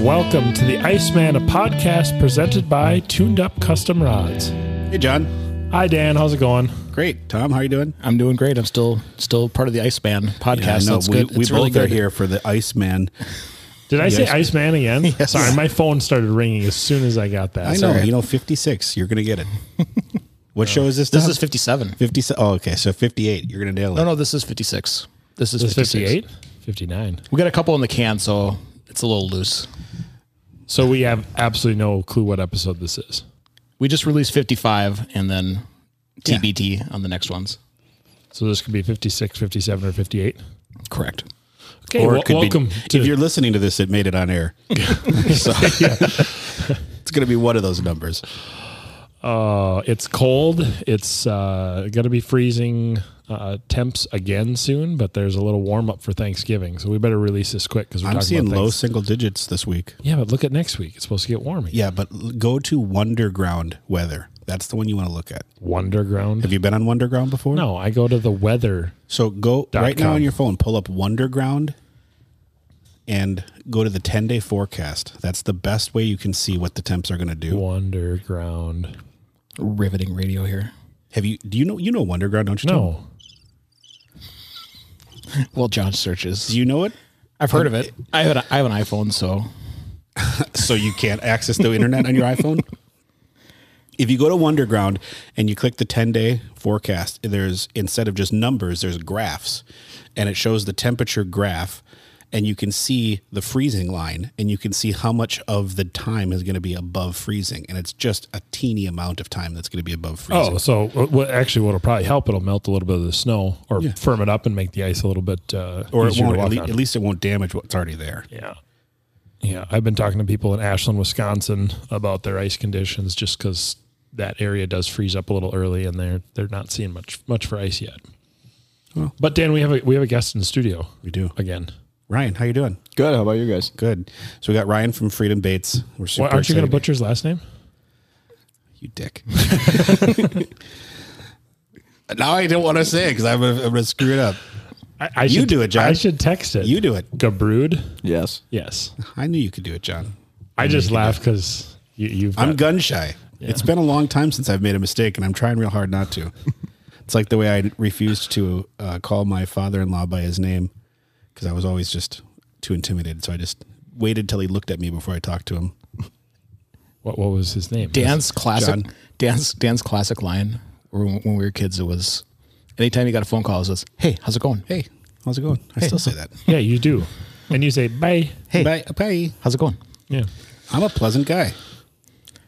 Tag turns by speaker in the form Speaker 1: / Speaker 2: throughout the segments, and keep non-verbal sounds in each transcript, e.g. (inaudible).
Speaker 1: Welcome to the Iceman, a podcast presented by Tuned Up Custom Rods.
Speaker 2: Hey, John.
Speaker 1: Hi, Dan. How's it going?
Speaker 2: Great. Tom, how are you doing?
Speaker 3: I'm doing great. I'm still still part of the Iceman podcast.
Speaker 2: no,
Speaker 3: That's
Speaker 2: we,
Speaker 3: good.
Speaker 2: we
Speaker 3: It's
Speaker 2: both
Speaker 3: really
Speaker 2: are
Speaker 3: good.
Speaker 2: here for the Iceman.
Speaker 1: Did I say Iceman
Speaker 2: Iceman. (laughs)
Speaker 1: again?
Speaker 3: Yes.
Speaker 1: Sorry, my phone started ringing as soon as I got that.
Speaker 2: I know,
Speaker 1: Sorry.
Speaker 2: you know, 56. You're going to get it. What show is this?
Speaker 3: This
Speaker 2: Tom?
Speaker 3: is 57.
Speaker 2: 57. Oh, okay. So 58. You're going to nail it.
Speaker 3: No, no, this is 56. This is
Speaker 1: It's
Speaker 3: 56.
Speaker 1: 58? 59.
Speaker 3: We got a couple in the can, so it's a little loose.
Speaker 1: So we have absolutely no clue what episode this is.
Speaker 3: We just released 55 and then TBT on the next ones.
Speaker 1: So this could be 56, 57, or 58.
Speaker 3: Correct.
Speaker 1: Okay,
Speaker 2: Or
Speaker 1: wel-
Speaker 2: it could
Speaker 1: welcome
Speaker 2: be,
Speaker 1: to
Speaker 2: if you're listening to this, it made it on air. so it's going to be one of those numbers.
Speaker 1: Uh, it's cold. It's uh, going to be freezing uh, temps again soon, but there's a little warm up for Thanksgiving, so we better release this quick because we're
Speaker 2: I'm
Speaker 1: talking
Speaker 2: seeing
Speaker 1: about
Speaker 2: low
Speaker 1: Thanks-
Speaker 2: single digits this week.
Speaker 1: Yeah, but look at next week. It's supposed to get warm. Yeah.
Speaker 2: Yeah, but l- go to Wonderground Weather. That's the one you want to look at. Have
Speaker 1: Wonderground.
Speaker 2: you been on Wonderground before?
Speaker 1: No, I go to the weather.
Speaker 2: So go right now
Speaker 1: com.
Speaker 2: on your phone, pull up Wonderground and go to the 10 day forecast. That's the best way you can see what the temps are going to do.
Speaker 1: Wonderground.
Speaker 3: Riveting radio here.
Speaker 2: Have you, do you know, you know Wonderground, don't you? Tom?
Speaker 1: No,
Speaker 3: Well, John
Speaker 2: Do
Speaker 3: searches.
Speaker 2: you know it?
Speaker 3: I've heard of it. I have an, I have an iPhone, so
Speaker 2: So you can't access the internet on your iPhone? If you go to Wonderground and you click the 10 day forecast, there's instead of just numbers, there's graphs and it shows the temperature graph and you can see the freezing line and you can see how much of the time is going to be above freezing. And it's just a teeny amount of time that's going to be above freezing.
Speaker 1: Oh, so what, actually, what'll probably help? It'll melt a little bit of the snow or firm it up and make the ice a little bit. Uh,
Speaker 2: or it
Speaker 1: easier
Speaker 2: won't,
Speaker 1: to
Speaker 2: at,
Speaker 1: walk
Speaker 2: le-
Speaker 1: on.
Speaker 2: at least it won't damage what's already there.
Speaker 1: Yeah. Yeah. I've been talking to people in Ashland, Wisconsin about their ice conditions just because that area does freeze up a little early and they're they're not seeing much much for ice yet. but Dan, we have a we have a guest in the studio.
Speaker 2: We do.
Speaker 1: Again.
Speaker 2: Ryan, how you doing?
Speaker 4: Good. How about you guys?
Speaker 2: Good. So we got Ryan from Freedom Baits. We're super
Speaker 1: Why, aren't you gonna
Speaker 2: excited.
Speaker 1: butcher his last name?
Speaker 2: You dick. (laughs) now I don't want to say it because I'm going to screw it up.
Speaker 1: I, I
Speaker 2: You
Speaker 1: should,
Speaker 2: do it, John.
Speaker 1: I should text it.
Speaker 2: You do it.
Speaker 1: Gabrood?
Speaker 4: Yes.
Speaker 1: Yes.
Speaker 2: I knew you could do it, John.
Speaker 1: I just laugh because you, you've
Speaker 2: I'm
Speaker 1: got-
Speaker 2: gun shy. It's been a long time since I've made a mistake, and I'm trying real hard not to. it's like the way I refused to uh, call my father-in-law by his name because I was always just too intimidated. So I just waited till he looked at me before I talked to him.
Speaker 1: what what was his name?
Speaker 3: Dan's classic
Speaker 2: John.
Speaker 3: Dan's Dan's classic line when, when we were kids it was anytime you got a phone call it was hey how's it going
Speaker 2: Hey, how's it going? I still say that.
Speaker 1: Yeah, you do. And you say bye.
Speaker 2: Hey, bye. bye.
Speaker 3: how's it going
Speaker 1: Yeah.
Speaker 2: I'm a pleasant guy.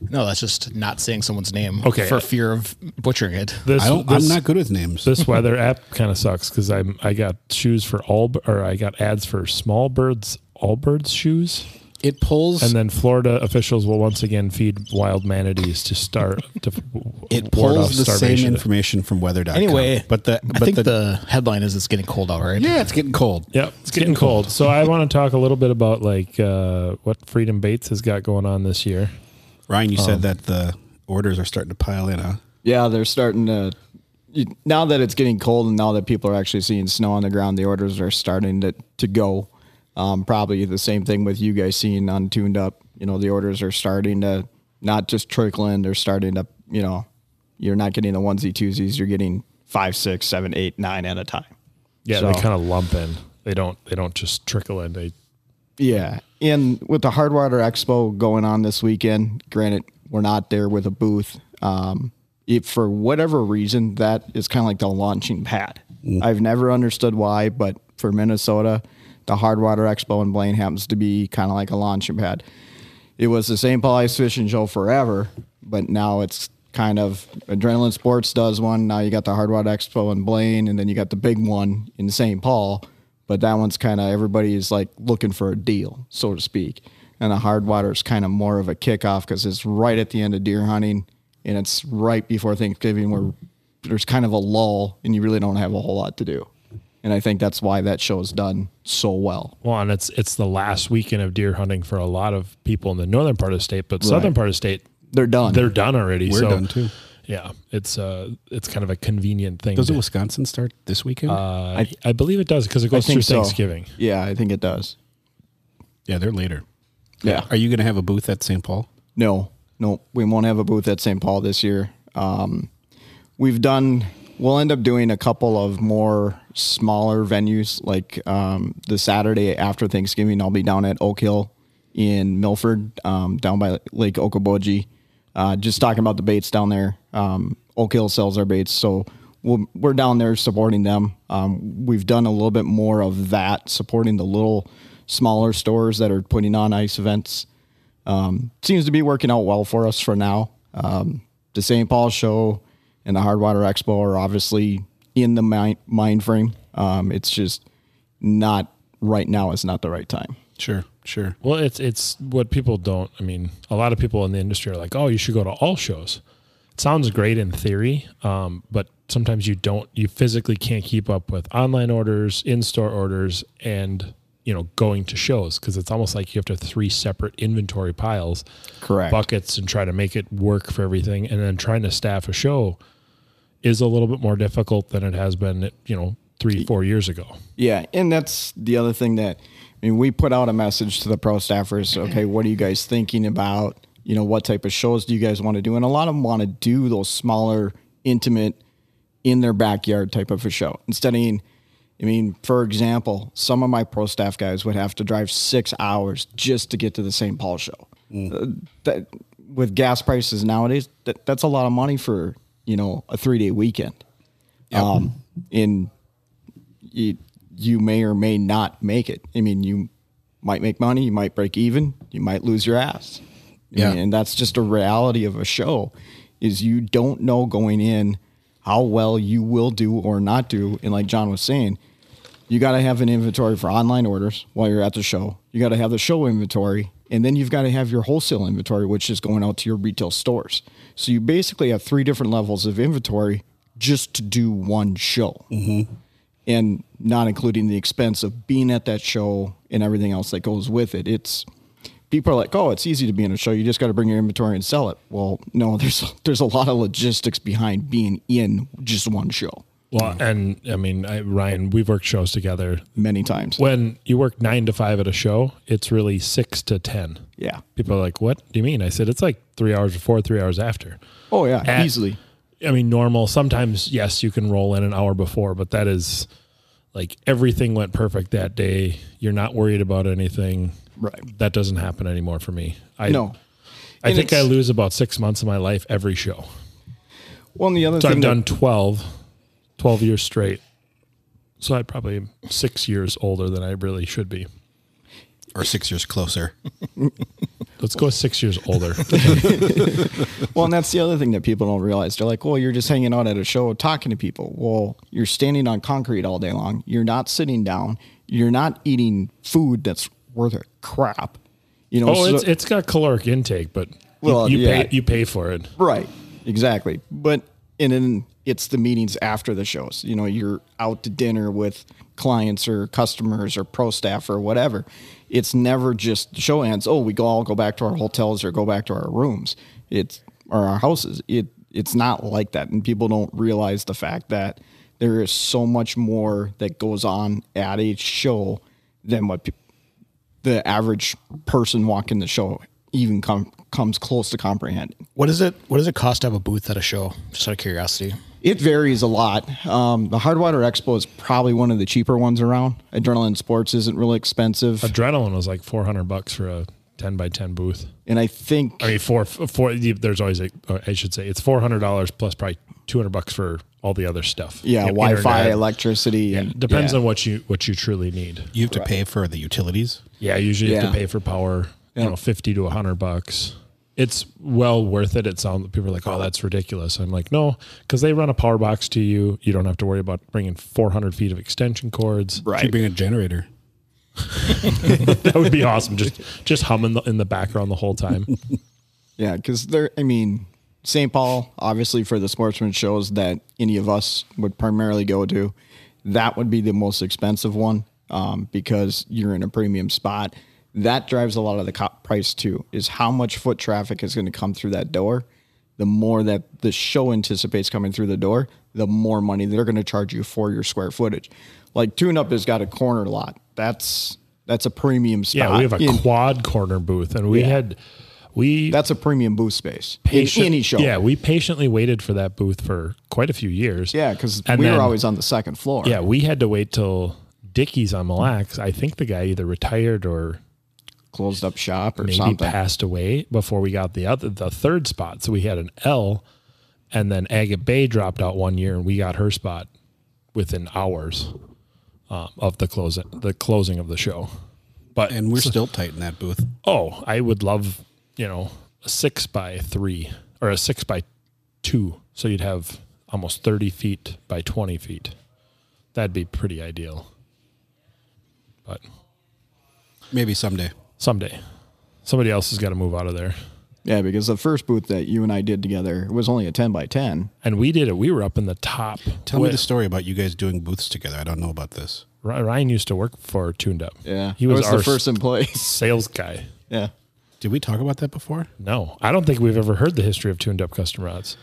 Speaker 3: no that's just not saying someone's name
Speaker 1: Okay.
Speaker 3: for fear of butchering it
Speaker 1: This,
Speaker 2: I don't.
Speaker 1: this-
Speaker 2: I'm not good with names.
Speaker 1: this weather app kind of sucks because I I got shoes for all b- or I got ads for small birds all birds shoes,
Speaker 2: It pulls.
Speaker 1: and then Florida officials will once again feed wild manatees to start to f- ward
Speaker 2: it
Speaker 1: off
Speaker 2: pulls the same
Speaker 1: starvation.
Speaker 2: information from weather.com.
Speaker 3: Anyway,
Speaker 2: but the
Speaker 3: I
Speaker 2: but
Speaker 3: think
Speaker 2: the,
Speaker 3: the, headline is it's getting cold out, right?
Speaker 2: yeah, it's getting cold.
Speaker 1: Yep, it's getting, cold. So I want to talk a little bit about like uh, what Freedom Bates has got going on this year.
Speaker 2: Ryan, you said that the orders are starting to pile in, huh?
Speaker 4: Yeah, they're starting to. You, now that it's getting cold and now that people are actually seeing snow on the ground, the orders are starting to, to go. Um, probably the same thing with you guys seeing on Tuned Up. You know, the orders are starting to not just trickle in, they're starting to, you know, you're not getting the onesie twosies, you're getting five, six, seven, eight, nine at a time.
Speaker 1: Yeah,
Speaker 4: So-
Speaker 1: they kind of lump in. They don't they don't just trickle in. They
Speaker 4: Yeah. And with the Hardwater Expo going on this weekend, granted, we're not there with a booth. Um, it, for whatever reason, that is kind of like the launching pad. I've never understood why, but for Minnesota, the Hardwater Expo in Blaine happens to be kind of like a launching pad. It was the St. Paul Ice Fishing Show forever, but now it's kind of Adrenaline Sports does one. Now you got the Hardwater Expo in Blaine, and then you got the big one in St. Paul. But that one's kind of everybody's like looking for a deal, so to speak. And the Hardwater is kind of more of a kickoff because it's right at the end of deer hunting, and it's right before Thanksgiving where there's kind of a lull, and you really don't have a whole lot to do. And I think that's why that show is done so well.
Speaker 1: Well, and it's it's the last weekend of deer hunting for a lot of people in the northern part of the state, but southern part of the state
Speaker 4: They're done.
Speaker 1: they're done already.
Speaker 2: We're
Speaker 1: so,
Speaker 2: done too.
Speaker 1: Yeah, it's uh, it's kind of a convenient thing.
Speaker 2: Doesn't
Speaker 1: to- uh,
Speaker 2: Wisconsin start this weekend?
Speaker 1: I, I believe it does because it goes through Thanksgiving.
Speaker 4: Yeah, I think it does.
Speaker 2: yeah, they're later.
Speaker 4: Yeah.
Speaker 2: Are you going to have a booth at St. Paul?
Speaker 4: No, no, we won't have a booth at St. Paul this year. Um, we've done, we'll end up doing a couple of more smaller venues, like um, the Saturday after Thanksgiving. I'll be down at Oak Hill in Milford, um, down by Lake Okoboji. Uh, just talking about the baits down there. Um, Oak Hill sells our baits, so we'll, we're down there supporting them. Um, we've done a little bit more of that, supporting the little smaller stores that are putting on ice events um, seems to be working out well for us for now. Um, the St. Paul show and the Hardwater Expo are obviously in the mind, mind frame. Um, it's just not right now. It's not the right time.
Speaker 2: Sure, sure.
Speaker 1: Well, it's it's what people don't. I mean, a lot of people in the industry are like, "Oh, you should go to all shows." It sounds great in theory, um, but sometimes you don't. You physically can't keep up with online orders, in-store orders, and you know going to shows because it's almost like you have to have three separate inventory piles,
Speaker 4: Correct.
Speaker 1: buckets, and try to make it work for everything. And then trying to staff a show is a little bit more difficult than it has been. You know, three four years ago.
Speaker 4: Yeah, and that's the other thing that I mean, we put out a message to the pro staffers. Okay, what are you guys thinking about? You know, what type of shows do you guys want to do? And a lot of them want to do those smaller, intimate, in their backyard type of a show. Instead of, I mean, for example, some of my pro staff guys would have to drive six hours just to get to the St. Paul show. Uh, that with gas prices nowadays, that, that's a lot of money for you know a three day weekend. Um, in you, you may or may not make it. I mean, you might make money, you might break even, you might lose your ass. I
Speaker 2: Yeah.
Speaker 4: mean, and that's just a reality of a show is you don't know going in how well you will do or not do. And like John was saying, you got to have an inventory for online orders while you're at the show. You got to have the show inventory, and then you've got to have your wholesale inventory, which is going out to your retail stores. So you basically have three different levels of inventory just to do one show, and not including the expense of being at that show and everything else that goes with it. It's people are like, "Oh, it's easy to be in a show. You just got to bring your inventory and sell it." Well, no, (laughs) there's there's a lot of logistics behind being in just one show
Speaker 1: Well, and I mean, I, Ryan, we've worked shows together.
Speaker 4: many times.
Speaker 1: When you work nine to five at a show, it's really six to 10.
Speaker 4: Yeah.
Speaker 1: People are like, what do you mean? I said, it's like three hours before, three hours after.
Speaker 4: Oh yeah,
Speaker 1: At-
Speaker 4: easily.
Speaker 1: I mean, normal. Sometimes, yes, you can roll in an hour before, but that is like everything went perfect that day. You're not worried about anything.
Speaker 4: Right.
Speaker 1: That doesn't happen anymore for me. I
Speaker 4: No.
Speaker 1: I
Speaker 4: And
Speaker 1: think I
Speaker 4: it's-
Speaker 1: lose about six months of my life every show.
Speaker 4: Well, and the other
Speaker 1: So
Speaker 4: thing
Speaker 1: I've done
Speaker 4: that-
Speaker 1: 12, 12 years straight. So I probably am six years older than I really should be.
Speaker 2: Or six years closer.
Speaker 1: Let's go six years older.
Speaker 4: well, and that's the other thing that people don't realize. They're like, well, you're just hanging out at a show talking to people. Well, you're standing on concrete all day long. You're not sitting down. You're not eating food that's worth a crap. You
Speaker 1: (laughs)
Speaker 4: know,
Speaker 1: oh,
Speaker 4: so-
Speaker 1: it's, it's got caloric intake, but
Speaker 4: Well,
Speaker 1: you, you
Speaker 4: yeah.
Speaker 1: pay you pay for it.
Speaker 4: Right. Exactly. But and then it's the meetings after the shows. You know, you're out to dinner with clients or customers or pro staff or whatever. It's never just the show ends. Oh, we go all go back to our hotels or go back to our rooms. It's or our houses. It it's not like that, and people don't realize the fact that there is so much more that goes on at a show than what people the average person walking the show even com- comes close to comprehending.
Speaker 3: What is it? What does it cost to have a booth at a show? Just out of curiosity.
Speaker 4: It varies a lot. Um, the Hardwater Expo is probably one of the cheaper ones around. Adrenaline Sports isn't really
Speaker 1: Uh,
Speaker 4: expensive,
Speaker 1: Adrenaline was like four hundred bucks for a ten by ten booth.
Speaker 4: and I think
Speaker 1: I mean, four four. There's always a. or I should say it's four hundred dollars plus probably two hundred bucks for all the other stuff. You
Speaker 4: yeah,
Speaker 1: know,
Speaker 4: Wi-Fi,
Speaker 1: internet.
Speaker 4: electricity, and
Speaker 1: Depends on what you what you truly need.
Speaker 2: You have to pay for the utilities.
Speaker 1: Yeah, usually you have to
Speaker 4: Yeah.
Speaker 1: pay for power, you know, fifty to hundred bucks. It's well worth it. It sounds people are like, "Oh, that's ridiculous." I'm like, "No," because they run a power box to you. You don't have to worry about bringing 400 feet of extension cords.
Speaker 2: Should bring a generator.
Speaker 1: That would be awesome. Just just humming the, in the background the whole
Speaker 4: (laughs)
Speaker 1: time.
Speaker 4: Yeah, because there. I mean, St. Paul, obviously, for the sportsman shows that any of us would primarily go to, that would be the most expensive one um, because you're in a premium spot. That drives a lot of the co- price too. Is how much foot traffic is going to come through that door. The more that the show anticipates coming through the door, the more money they're going to charge you for your square footage. Like Tune Up has got a corner lot. That's That's a premium spot.
Speaker 1: Yeah, we have a
Speaker 4: in-
Speaker 1: quad corner booth, and we
Speaker 4: Yeah.
Speaker 1: had we
Speaker 4: that's a premium booth space
Speaker 1: patient-
Speaker 4: in any show.
Speaker 1: Yeah, we patiently waited for that booth for quite a few years.
Speaker 4: yeah, because
Speaker 1: And
Speaker 4: we
Speaker 1: then-
Speaker 4: were always on the second floor.
Speaker 1: Yeah, we had to wait till Dickie's on Mille Lacs. I think the guy either retired or
Speaker 4: closed up shop or
Speaker 1: maybe
Speaker 4: something.
Speaker 1: passed away before we got the other the third spot. So we had an L, and then Agate Bay dropped out one year, and we got her spot within hours um, of the closing the closing of the show. But
Speaker 2: and we're still tight in that booth.
Speaker 1: oh, I would love you know a six by three or a six by two, so you'd have almost thirty feet by twenty feet. That'd be pretty ideal. But
Speaker 2: Maybe someday.
Speaker 1: someday, somebody else has got to move out of there.
Speaker 4: Yeah, because the first booth that you and I did together was only a ten by ten.
Speaker 1: And we did it. We were up in the top.
Speaker 2: Tell me
Speaker 1: Wait,
Speaker 2: the story about you guys doing booths together. I don't know about this.
Speaker 1: Ry- Ryan used to work for Tuned Up.
Speaker 4: Yeah,
Speaker 1: He was,
Speaker 4: I
Speaker 1: our
Speaker 4: the
Speaker 1: s-
Speaker 4: first employee.
Speaker 1: (laughs) sales guy.
Speaker 4: yeah,
Speaker 2: Did we talk about that before?
Speaker 1: No, I don't think we've ever heard the history of Tuned Up Custom Rods.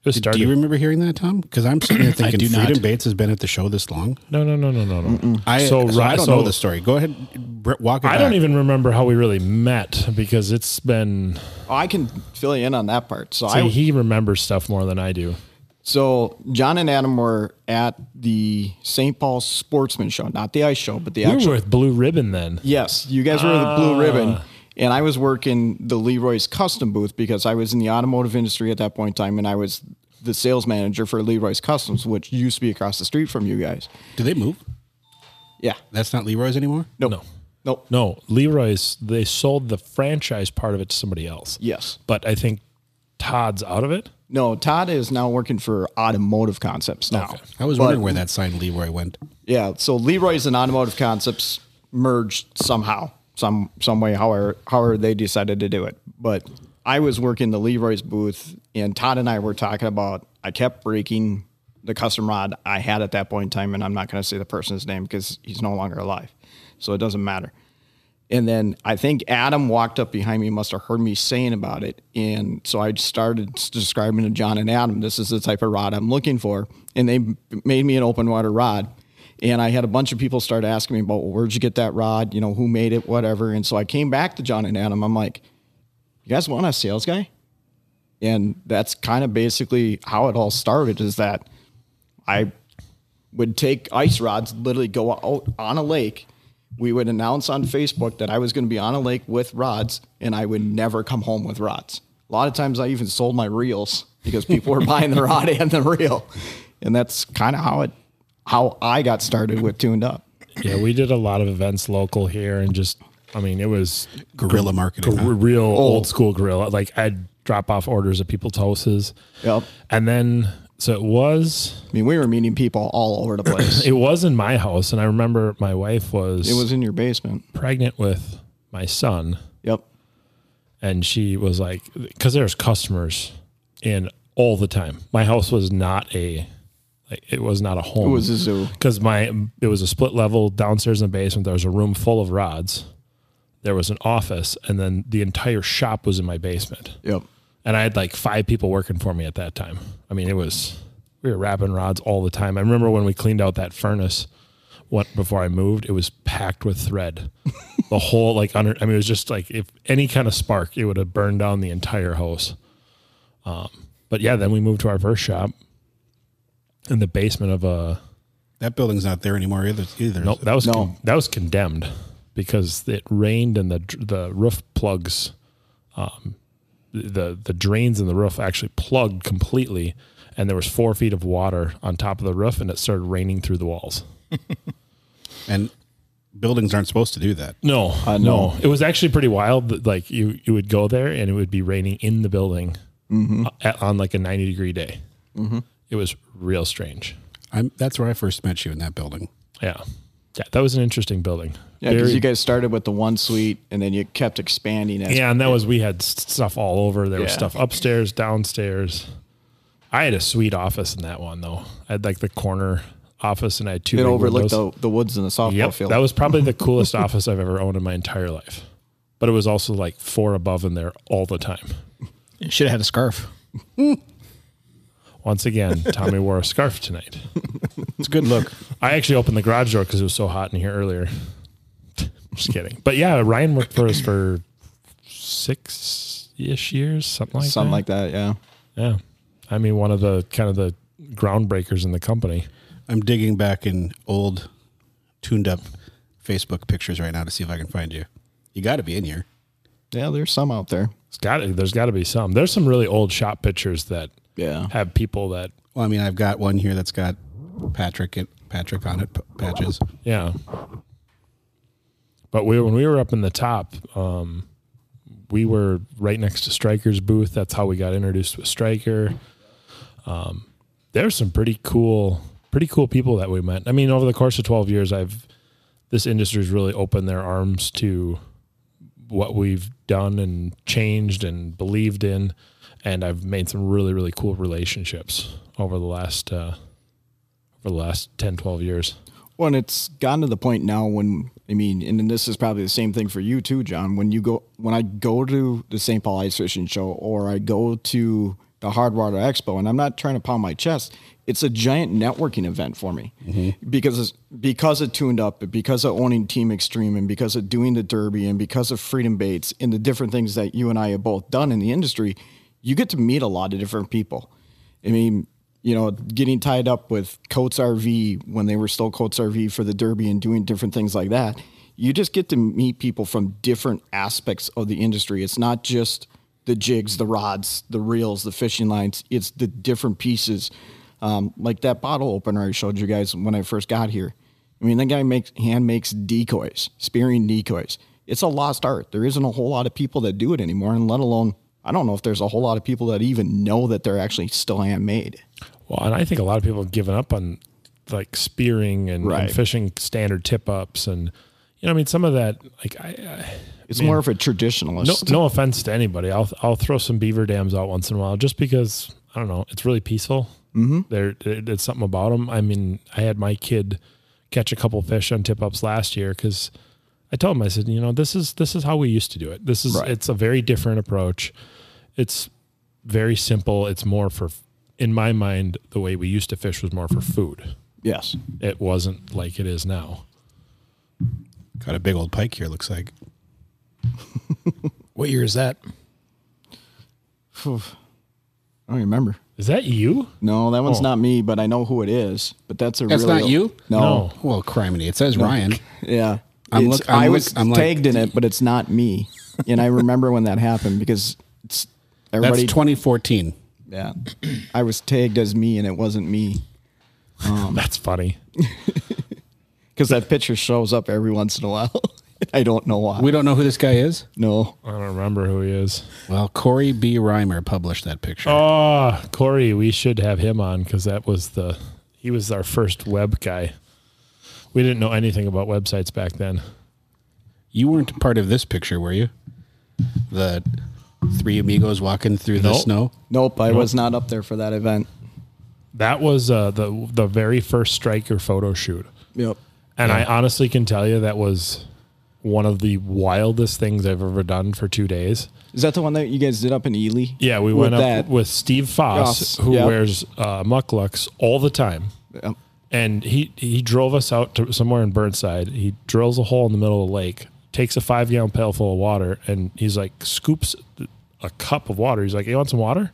Speaker 1: It was
Speaker 2: Do
Speaker 1: started.
Speaker 2: you remember hearing that, Tom? Because I'm sitting there thinking
Speaker 3: do not.
Speaker 2: Freedom Bates has been at the show this long.
Speaker 1: no, no, no, no, no, no.
Speaker 2: I so,
Speaker 1: Ry-
Speaker 2: I don't
Speaker 1: so
Speaker 2: know the story. Go ahead, Brett, walk it
Speaker 1: I don't
Speaker 2: back.
Speaker 1: even remember how we really met because it's been.
Speaker 4: oh, I can fill you in on that part. So,
Speaker 1: See,
Speaker 4: I
Speaker 1: he remembers stuff more than I do.
Speaker 4: so John and Adam were at the St. Paul Sportsman Show, not the ice show, but the
Speaker 1: We were
Speaker 4: actual.
Speaker 1: with Blue Ribbon then.
Speaker 4: Yes, you guys were the blue ribbon, and I was working the Leroy's custom booth because I was in the automotive industry at that point in time, and I was the sales manager for Leroy's Customs, which used to be across the street from you guys.
Speaker 2: Do they move?
Speaker 4: Yeah.
Speaker 2: That's not Leroy's anymore.
Speaker 4: Nope.
Speaker 1: No.
Speaker 4: Nope.
Speaker 1: No, Leroy's. They sold the franchise part of it to somebody else.
Speaker 4: Yes.
Speaker 1: but I think Todd's out of it.
Speaker 4: No, Todd is now working for Automotive Concepts now.
Speaker 2: I was
Speaker 4: But-
Speaker 2: wondering where that sign Leroy went.
Speaker 4: Yeah, so Leroy's and Automotive Concepts merged somehow, some some way, however however they decided to do it. But I was working the Leroy's booth, and Todd and I were talking about I kept breaking the custom rod I had at that point in time, and I'm not going to say the person's name because he's no longer alive, so it doesn't matter. And then I think Adam walked up behind me, must have heard me saying about it. And so I started s- describing to John and Adam, this is the type of rod I'm looking for. And they m- made me an open water rod. And I had a bunch of people start asking me about, well, where'd you get that rod? You know, who made it, whatever. And so I came back to John and Adam. I'm like, you guys want a sales guy? And that's kind of basically how it all started is that I would take ice rods, literally go out on a lake. We would announce on Facebook that I was going to be on a lake with rods, and I would never come home with rods. A lot of times, I even sold my reels because people were (laughs) buying the rod and the reel, and that's kind of how it, how I got started with tuned up.
Speaker 1: Yeah, we did a lot of events local here, and just I mean, it was
Speaker 2: Guerrilla marketing.
Speaker 1: gr-
Speaker 2: huh?
Speaker 1: real
Speaker 4: Oh.
Speaker 1: old school gorilla. Like I'd drop off orders at people's houses.
Speaker 4: Yep.
Speaker 1: And then so it was
Speaker 4: I mean, we were meeting people all over the
Speaker 1: (clears throat)
Speaker 4: place.
Speaker 1: it was in my house, and I remember my wife was,
Speaker 4: It was in your basement.
Speaker 1: pregnant with my son,
Speaker 4: Yep.
Speaker 1: and she was like, because there's customers in all the time. My house was not a like it was not a home.
Speaker 4: It was a zoo.
Speaker 1: because my it was a split level downstairs in the basement. There was a room full of rods. There was an office, and then the entire shop was in my basement.
Speaker 4: Yep.
Speaker 1: And I had like five people working for me at that time. I mean, it was we were wrapping rods all the time. I remember when we cleaned out that furnace. What before I moved, it was packed with thread. the whole like under. I mean, it was just like if any kind of spark, it would have burned down the entire house. Um, but yeah, then we moved to our first shop in the basement of a
Speaker 2: That building's not there anymore either. either
Speaker 1: Nope, Oh, that was
Speaker 4: No.
Speaker 1: con- that was condemned because it rained and the dr- the roof plugs, um, the the drains in the roof actually plugged completely, and there was four feet of water on top of the roof, and it started raining through the walls.
Speaker 2: And buildings aren't supposed to do that.
Speaker 1: No, no, it was actually pretty wild. that, Like you you would go there and it would be raining in the building uh, at, on like a ninety degree day. It was real strange.
Speaker 2: I'm, that's where I first met you in that building.
Speaker 1: Yeah, yeah, that was an interesting building.
Speaker 4: Yeah, because
Speaker 1: Very-
Speaker 4: you guys started with the one suite, and then you kept expanding it.
Speaker 1: Yeah, and that was we had s- stuff all over. There was
Speaker 4: Yeah.
Speaker 1: stuff upstairs, downstairs. I had a sweet office in that one though. I had like the corner office, and I had two.
Speaker 4: It
Speaker 1: big
Speaker 4: overlooked
Speaker 1: windows.
Speaker 4: the, the woods and the softball
Speaker 1: Yep,
Speaker 4: field.
Speaker 1: that was probably
Speaker 4: (laughs)
Speaker 1: the coolest office I've ever owned in my entire life. But it was also like four above in there all the time.
Speaker 3: You should have had a scarf.
Speaker 1: Once
Speaker 4: (laughs)
Speaker 1: again, Tommy wore a scarf tonight.
Speaker 2: It's a good look.
Speaker 1: I actually opened the garage door because it was so hot in here earlier. Just kidding. But yeah, Ryan worked for us for six ish years, something like
Speaker 4: something
Speaker 1: that.
Speaker 4: like that. Yeah.
Speaker 1: Yeah. I mean, one of the kind of the groundbreakers in the company.
Speaker 2: I'm digging back in old, tuned up Facebook pictures right now to see if I can find you. You got to be in here.
Speaker 4: Yeah, there's some out there.
Speaker 1: It's got there's got to be some. There's some really old shop pictures that
Speaker 4: Yeah.
Speaker 1: have people that
Speaker 2: Well, I mean, I've got one here that's got Patrick and Patrick on it p- patches.
Speaker 1: yeah. But we when we were up in the top, um, we were right next to Striker's booth. That's how we got introduced with Striker. Um, there's some pretty cool pretty cool people that we met. I mean, over the course of 12 years, I've this industry's really opened their arms to what we've done and changed and believed in. And I've made some really, really cool relationships over the last uh, over the last 10, 12 years.
Speaker 4: Well, and it's gotten to the point now when I mean, and then this is probably the same thing for you too, John. When you go, when I go to the St. Paul Ice Fishing Show or I go to the Hardwater Expo, and I'm not trying to pound my chest, it's a giant networking event for me because it's, because of tuned up, because of owning Team Extreme, and because of doing the Derby, and because of Freedom Baits and the different things that you and I have both done in the industry, you get to meet a lot of different people. I mean, you know, getting tied up with Coates RV when they were still Coates RV for the Derby and doing different things like that. You just get to meet people from different aspects of the industry. It's not just the jigs, the rods, the reels, the fishing lines. It's the different pieces. Um, like that bottle opener I showed you guys when I first got here. I mean, that guy makes hand makes decoys, spearing decoys. It's a lost art. There isn't a whole lot of people that do it anymore, and let alone I don't know if there's a whole lot of people that even know that they're actually still handmade.
Speaker 1: Well, and I think a lot of people have given up on like spearing and, and
Speaker 4: Right.
Speaker 1: fishing standard tip ups, and you know, I mean, some of that. Like, I,
Speaker 4: It's more of a traditionalist.
Speaker 1: I no, no offense to anybody, I'll I'll throw some beaver dams out once in a while just because I don't know, it's really peaceful. Mm-hmm. There, it, it's something about them. I mean, I had my kid catch a couple fish on tip ups last year because I told him, I said, you know, this is this is how we used to do it. This is
Speaker 4: Right.
Speaker 1: it's a very different approach. It's very simple. It's more for, in my mind, the way we used to fish was more for food
Speaker 4: Yes.
Speaker 1: it wasn't like it is now.
Speaker 2: Got a big old pike here. Looks like
Speaker 3: What year is that?
Speaker 4: Phew. I don't remember.
Speaker 1: Is that you?
Speaker 4: No, that one's
Speaker 1: Oh.
Speaker 4: not me, but I know who it is. But that's a
Speaker 2: That's
Speaker 4: really
Speaker 2: not you?
Speaker 4: No.
Speaker 2: well, criminy. It says Ryan.
Speaker 4: Yeah.
Speaker 2: I'm
Speaker 4: It's-
Speaker 2: look- I'm
Speaker 4: I
Speaker 2: look-
Speaker 4: was
Speaker 2: I'm like-
Speaker 4: tagged in it, but it's not me. And I remember when that happened because it's
Speaker 2: That's
Speaker 4: everybody
Speaker 2: 2014.
Speaker 4: Yeah. I was tagged as me and it wasn't me.
Speaker 1: That's funny.
Speaker 4: Because that picture shows up every once in a while. (laughs) I don't know why.
Speaker 2: We don't know who this guy is.
Speaker 4: no.
Speaker 1: I don't remember who he is.
Speaker 2: Well, Corey B. Reimer published that picture.
Speaker 1: Oh, Corey, we should have him on because that was the he was our first web guy. We didn't know anything about websites back then.
Speaker 2: You weren't part of this picture, were you? The three amigos walking through the
Speaker 1: Nope.
Speaker 2: snow.
Speaker 4: Nope. I was not up there for that event.
Speaker 1: That was uh, the the very first striker photo shoot,
Speaker 4: Yep.
Speaker 1: and I honestly can tell you that was one of the wildest things I've ever done for two days.
Speaker 4: Is that the one that you guys did up in Ely?
Speaker 1: Yeah, we
Speaker 4: With
Speaker 1: went up
Speaker 4: that.
Speaker 1: with Steve Foss,
Speaker 4: Foss,
Speaker 1: who
Speaker 4: yeah.
Speaker 1: wears uh, mucklucks all the time.
Speaker 4: Yep.
Speaker 1: and he he drove us out to somewhere in Burnside. He drills a hole in the middle of the lake, takes a five gallon pail full of water, and he's like scoops a cup of water. He's like, "You want some water?"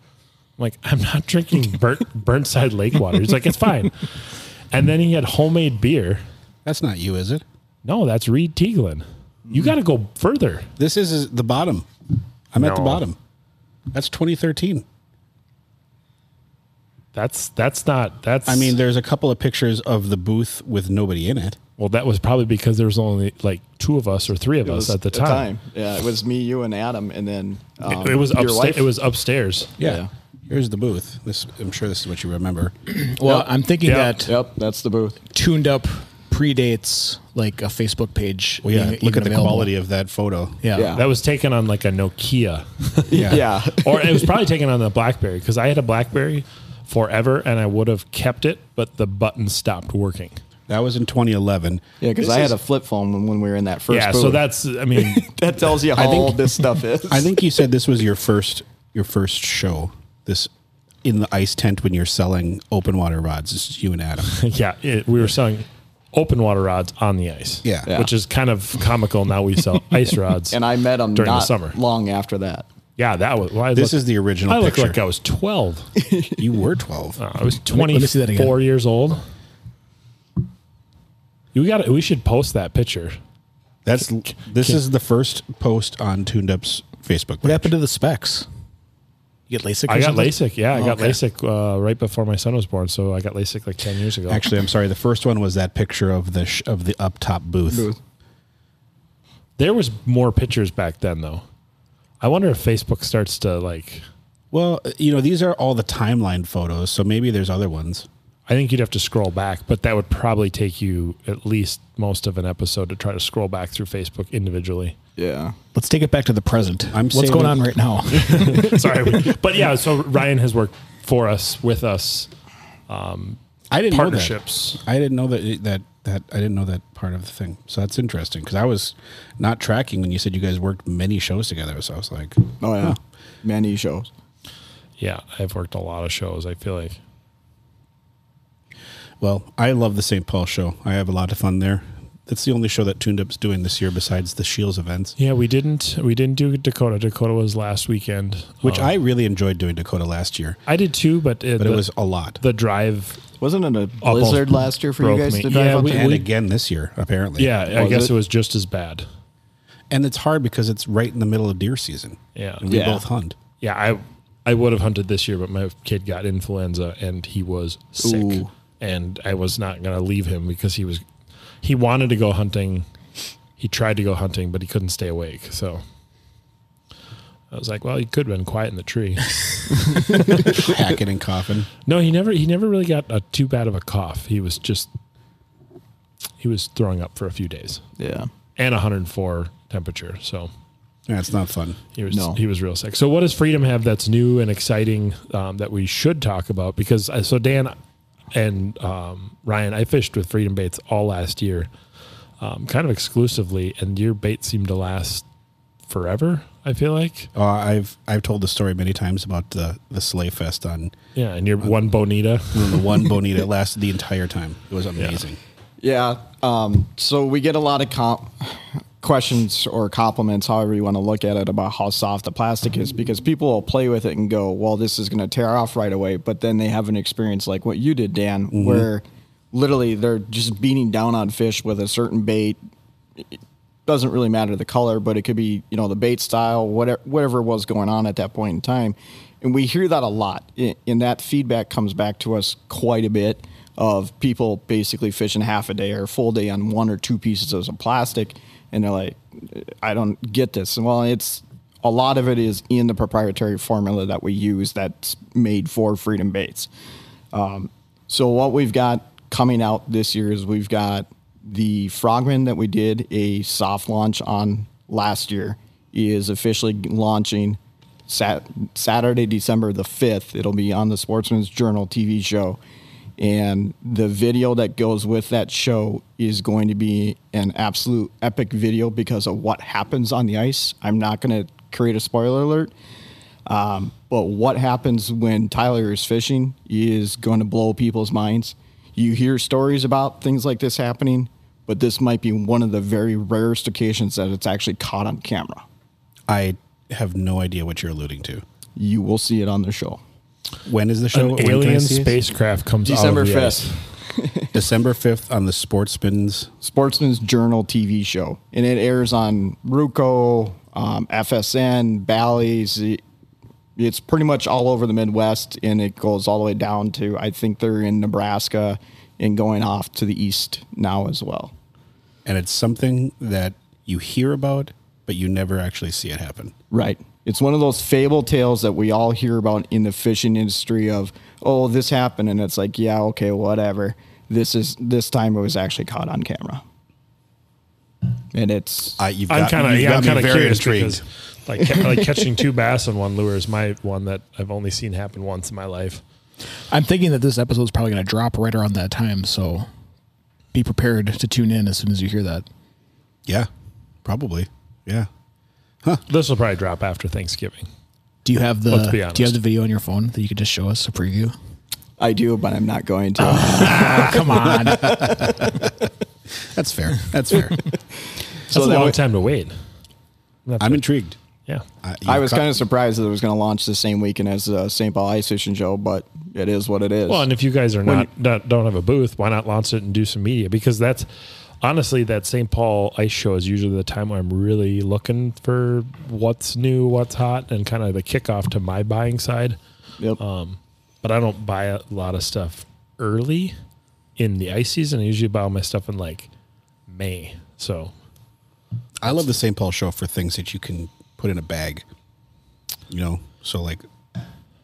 Speaker 1: I'm like, "I'm not
Speaker 4: (laughs)
Speaker 1: drinking burnt Burnside Lake water." He's like, "It's fine." And then he had homemade beer.
Speaker 2: That's not you, is it?
Speaker 1: No, that's Reed Teaglin. You
Speaker 4: Mm.
Speaker 1: got to go further.
Speaker 2: This is- is the bottom. I'm at the
Speaker 1: No.
Speaker 2: bottom. That's 2013.
Speaker 1: That's that's not that's.
Speaker 2: I mean, there's a couple of pictures of the booth with nobody in it.
Speaker 1: well, that was probably because there was only like two of us or three of
Speaker 4: It
Speaker 1: us
Speaker 4: was
Speaker 1: at the time.
Speaker 4: Yeah, it was me, you, and Adam, and then um,
Speaker 1: It, it was
Speaker 4: your
Speaker 1: upstairs.
Speaker 4: wife.
Speaker 1: It was upstairs.
Speaker 2: Yeah.
Speaker 4: Yeah.
Speaker 2: Here's the booth. This I'm sure this is what you remember.
Speaker 3: Well, I'm thinking
Speaker 1: Yeah.
Speaker 3: that
Speaker 4: Yep, that's the booth.
Speaker 3: tuned up predates like a Facebook page.
Speaker 2: Well, yeah.
Speaker 3: being
Speaker 2: look
Speaker 3: even
Speaker 2: at the
Speaker 3: available.
Speaker 2: quality of that photo.
Speaker 3: Yeah.
Speaker 4: Yeah.
Speaker 1: Oh, That was taken on like a
Speaker 4: (laughs)
Speaker 1: Nokia.
Speaker 2: Yeah.
Speaker 4: Yeah.
Speaker 1: (laughs) or it was probably taken on the BlackBerry because I had a BlackBerry forever and I would have kept it, but the button stopped working.
Speaker 2: That was in 2011.
Speaker 4: Yeah, because
Speaker 2: This
Speaker 4: I had
Speaker 2: is-
Speaker 4: a flip phone when, when we were in that first
Speaker 1: yeah,
Speaker 4: booth.
Speaker 1: so that's I
Speaker 4: (laughs)
Speaker 1: mean,
Speaker 4: that tells you how
Speaker 2: think-
Speaker 4: old this stuff is.
Speaker 2: I think you said this was your first your first show. This
Speaker 3: (laughs)
Speaker 2: in the ice tent when you're selling open water rods. This is you and Adam.
Speaker 1: yeah, it, we were selling open water rods on the ice.
Speaker 2: Yeah. Yeah.
Speaker 1: Which is kind of comical. Now we
Speaker 4: (laughs)
Speaker 1: sell ice rods.
Speaker 4: And I met him
Speaker 1: during
Speaker 4: not
Speaker 1: the summer.
Speaker 4: long after that.
Speaker 1: yeah, that was. Well, I
Speaker 2: This
Speaker 1: look-
Speaker 2: is the original
Speaker 1: I look
Speaker 2: picture.
Speaker 1: like I was 12.
Speaker 2: you were 12.
Speaker 3: Oh.
Speaker 1: I was
Speaker 3: me- let me see that again.
Speaker 1: 24 years old. You got. We should post that picture.
Speaker 2: That's this is the first post on Tuned Up's Facebook.
Speaker 3: What
Speaker 2: page.
Speaker 3: happened to the specs? You get LASIK? or
Speaker 1: I got
Speaker 3: something?
Speaker 1: LASIK. Yeah, I got
Speaker 3: Okay.
Speaker 1: LASIK uh, right before my son was born. So I got LASIK like 10 years ago.
Speaker 2: Actually, I'm sorry. The first one was that picture of the sh- of the up top booth.
Speaker 1: there was more pictures back then, though. I wonder if Facebook starts to like.
Speaker 2: Well, you know, these are all the timeline photos, so maybe there's other ones.
Speaker 1: I think you'd have to scroll back, but that would probably take you at least most of an episode to try to scroll back through Facebook (laughs) individually.
Speaker 4: Yeah.
Speaker 3: Let's take it back to the present.
Speaker 2: I'm
Speaker 3: What's
Speaker 2: saving-
Speaker 3: going on right now?
Speaker 1: Sorry, we- but yeah. So Ryan has worked for us, with us,
Speaker 2: I didn't
Speaker 1: partnerships.
Speaker 2: Know that. I didn't know that that that I didn't know that part of the thing. So that's interesting because I was not tracking when you said you guys worked many shows together. So I was like,
Speaker 4: Oh yeah.
Speaker 2: huh.
Speaker 4: Many shows.
Speaker 1: Yeah, I've worked a lot of shows. I feel like
Speaker 2: Well, I love the St. Paul show. I have a lot of fun there. It's the only show that Tuned Up's doing this year besides the Shields events,
Speaker 1: Yeah, we didn't we didn't do Dakota. Dakota was last weekend,
Speaker 2: which
Speaker 1: Um,
Speaker 2: I really enjoyed doing Dakota last year.
Speaker 1: I did too, but, uh,
Speaker 2: But
Speaker 1: the,
Speaker 2: it was a lot.
Speaker 1: the drive.
Speaker 4: Wasn't it a blizzard last year for you
Speaker 1: broke
Speaker 4: guys
Speaker 1: me.
Speaker 4: to drive
Speaker 1: Yeah,
Speaker 4: up
Speaker 1: we-
Speaker 4: to?
Speaker 2: and again this year, apparently.
Speaker 1: Yeah, I
Speaker 4: Was
Speaker 1: guess
Speaker 4: it?
Speaker 1: it? was just as bad.
Speaker 2: And it's hard because it's right in the middle of deer season.
Speaker 1: Yeah.
Speaker 2: And we
Speaker 4: Yeah.
Speaker 2: both hunt.
Speaker 1: Yeah, I I would have hunted this year, but my kid got influenza and he was sick,
Speaker 4: Ooh.
Speaker 1: and I was not gonna leave him because he was he wanted to go hunting. He tried to go hunting, but he couldn't stay awake. So I was like, well, he could have been quiet in the tree.
Speaker 2: Hacking and coughing.
Speaker 1: No, he never he never really got a, too bad of a cough. He was just he was throwing up for a few days
Speaker 4: Yeah.
Speaker 1: and 104 temperature. So
Speaker 2: Yeah, it's not fun.
Speaker 1: he was
Speaker 4: No.
Speaker 1: he was real sick. So what does Freedom have that's new and exciting um, that we should talk about? Because uh, so Dan and um, Ryan, I fished with Freedom baits all last year, um, kind of exclusively, and your bait seemed to last forever. I feel like
Speaker 2: Uh, I've I've told the story many times about the the sleigh fest on
Speaker 1: yeah, and your one bonita.
Speaker 2: on the one bonita. It lasted the entire time. It was amazing.
Speaker 4: Yeah. Um, so we get a lot of comp- questions or compliments, however you want to look at it, about how soft the plastic is because people will play with it and go, well, this is going to tear off right away. But then they have an experience like what you did, Dan, where literally they're just beating down on fish with a certain bait. It doesn't really matter the color, but it could be, you know, the bait style, whatever, whatever was going on at that point in time. And we hear that a lot. I- And that feedback comes back to us quite a bit of people basically fishing half a day or a full day on one or two pieces of plastic and they're like i don't get this well it's a lot of it is in the proprietary formula that we use that's made for freedom baits um, so what we've got coming out this year is we've got the frogman that we did a soft launch on last year is officially launching Sat- Saturday, December the 5th. It'll be on the Sportsman's Journal TV show. And the video that goes with that show is going to be an absolute epic video because of what happens on the ice. I'm not going to create a spoiler alert, um, but what happens when Tyler is fishing is going to blow people's minds. You hear stories about things like this happening, but this might be one of the very rarest occasions that it's actually caught on camera.
Speaker 2: I have no idea what you're alluding to.
Speaker 4: You will see it on the show.
Speaker 2: When is the show?
Speaker 1: An
Speaker 2: When can I
Speaker 1: alien
Speaker 2: see it?
Speaker 1: spacecraft comes
Speaker 4: December
Speaker 1: out of the ice.
Speaker 4: 5th.
Speaker 2: December fifth on the Sportsman's.
Speaker 4: Sportsman's Journal TV show, and it airs on Ruco, um, FSN, Bally's. It- It's pretty much all over the Midwest, and it goes all the way down to I think they're in Nebraska and going off to the east now as well.
Speaker 2: and it's something that you hear about but you never actually see it happen
Speaker 4: Right. It's one of those fable tales that we all hear about in the fishing industry of, oh, this happened, and it's like, yeah, okay, whatever. This is this time it was actually caught on camera, and it's
Speaker 2: I, you've
Speaker 1: I'm
Speaker 2: got-
Speaker 1: kind of
Speaker 2: you've
Speaker 1: yeah, I'm
Speaker 2: got me
Speaker 1: kind of
Speaker 2: very
Speaker 1: curious
Speaker 2: intrigued.
Speaker 1: because like ca- like catching two bass on one lure is my one that I've only seen happen once in my life.
Speaker 3: I'm thinking that this episode is probably going to drop right around that time, so be prepared to tune in as soon as you hear that.
Speaker 2: yeah probably yeah
Speaker 1: This will probably drop after Thanksgiving.
Speaker 3: Do you have the
Speaker 1: Let's be
Speaker 3: Do you have
Speaker 1: honest.
Speaker 3: the video on your phone that you could just show us a preview?
Speaker 1: (laughs)
Speaker 4: I do, but I'm not going to.
Speaker 3: Come on.
Speaker 2: That's fair. That's
Speaker 4: (laughs)
Speaker 2: fair.
Speaker 1: That's a
Speaker 4: that
Speaker 1: long
Speaker 4: way-
Speaker 1: time to wait.
Speaker 2: I'm intrigued.
Speaker 1: Yeah.
Speaker 2: I,
Speaker 4: I was
Speaker 2: you-
Speaker 4: kind of surprised that it was going to launch the same weekend as uh, St. Paul Ice Fishing Show, but it is what it is.
Speaker 1: Well, and if you guys are not, not don't have a booth, why not launch it and do some media? Because that's honestly that St. Paul Ice Show is usually the time where I'm really looking for what's new, what's hot, and kind of the kickoff to my buying side.
Speaker 4: yep.
Speaker 1: Um, but I don't buy a lot of stuff early in the ice season. I usually buy all my stuff in like May. So
Speaker 2: I love the St. Paul show for things that you can put in a bag. You know, so like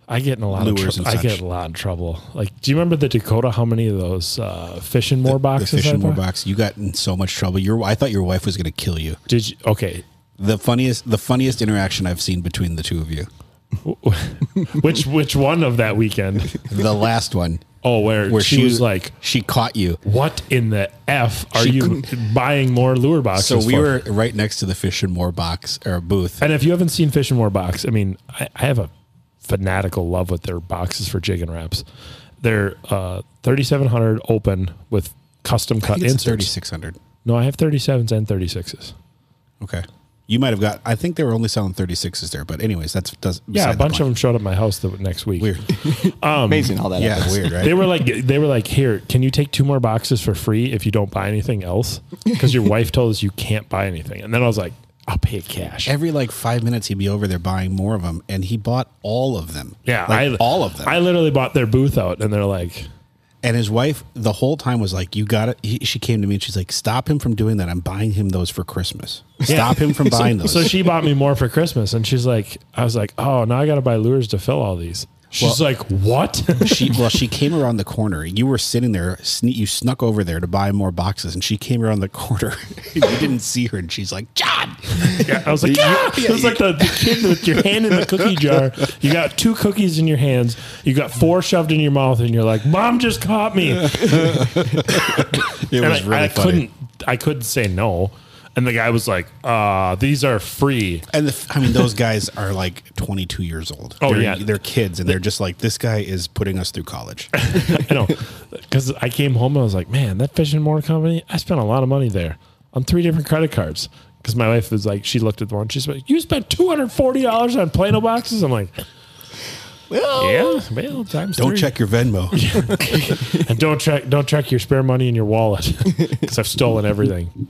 Speaker 1: I get in a lot
Speaker 2: Lures
Speaker 1: of trou-
Speaker 2: and
Speaker 1: I
Speaker 2: such.
Speaker 1: get in a lot of trouble. Like, do you remember the Dakota? How many of those uh, fish and more boxes?
Speaker 2: the fish
Speaker 1: I
Speaker 2: and more
Speaker 1: bought?
Speaker 2: box. You got in so much trouble. Your I thought your wife was going to kill you.
Speaker 1: Did you? Okay,
Speaker 2: The funniest, the funniest interaction I've seen between the two of you.
Speaker 1: which which one of that weekend?
Speaker 2: (laughs)
Speaker 1: (laughs)
Speaker 2: The last one
Speaker 1: Oh, where,
Speaker 2: where
Speaker 1: she, was like,
Speaker 2: she caught you.
Speaker 1: "What in the f are
Speaker 2: She
Speaker 1: you buying more lure boxes?"
Speaker 2: So we
Speaker 1: for?"
Speaker 2: were right next to the fish and more box or booth.
Speaker 1: And if you haven't seen Fish and More Box, I mean, I, I have a fanatical love with their boxes for jig and wraps. They're uh, 3700 open with custom cut
Speaker 2: It's
Speaker 1: inserts.
Speaker 2: thirty six hundred.
Speaker 1: No, I have 37s and 36s.
Speaker 2: Okay. You might have got. I think they were only selling thirty sixes there, but anyways, that's does.
Speaker 1: Yeah, a bunch of them showed up at my house the next week.
Speaker 2: Weird.
Speaker 4: Amazing how that
Speaker 2: Yeah,
Speaker 4: happens.
Speaker 2: weird, right?
Speaker 1: They were like, they were like, here, can you take two more boxes for free if you don't buy anything
Speaker 2: (laughs)
Speaker 1: else? Because your wife told us you can't buy anything. And then I was like, I'll pay cash.
Speaker 2: Every like five minutes, he'd be over there buying more of them, and he bought all of them.
Speaker 1: yeah, I,
Speaker 2: Like, all of them.
Speaker 1: I literally bought their booth out, and they're like,
Speaker 2: and his wife, the whole time, was like, "You got it." She came to me and she's like, "Stop him from doing that. I'm buying him those for Christmas. Stop him from buying those."
Speaker 1: (laughs) So she bought me more for Christmas, and she's like, I was like, oh, now I got to buy lures to fill all these. She's like, what?
Speaker 2: she well, she came around the corner. You were sitting there. Sne- you snuck over there to buy more boxes, and she came around the corner. (laughs) you didn't see her, and she's like, "John."
Speaker 1: yeah, (laughs) I was like, yeah. It was like the, the kid with your hand in the cookie jar. You got two cookies in your hands. You got four shoved in your mouth, and you're like, mom just caught me.
Speaker 2: It
Speaker 1: and
Speaker 2: was
Speaker 1: I,
Speaker 2: really
Speaker 1: I
Speaker 2: funny.
Speaker 1: couldn't, I couldn't say no. And the guy was like, uh, these are free.
Speaker 2: And the, I mean, those guys are like 22 years old.
Speaker 1: Oh,
Speaker 2: they're,
Speaker 1: yeah.
Speaker 2: they're kids, and they're just like, this guy is putting us through college.
Speaker 1: (laughs) I know, because I came home and I was like, man, that Fish and More company, I spent a lot of money there on three different credit cards. Because my wife was like, she looked at the one, she's like, you spent two hundred forty dollars on Plano boxes. I'm like, yeah, well, times
Speaker 2: Don't
Speaker 1: three.
Speaker 2: check your
Speaker 1: (laughs)
Speaker 2: Venmo.
Speaker 1: and don't check, don't check your spare money in your wallet (laughs) because I've stolen everything.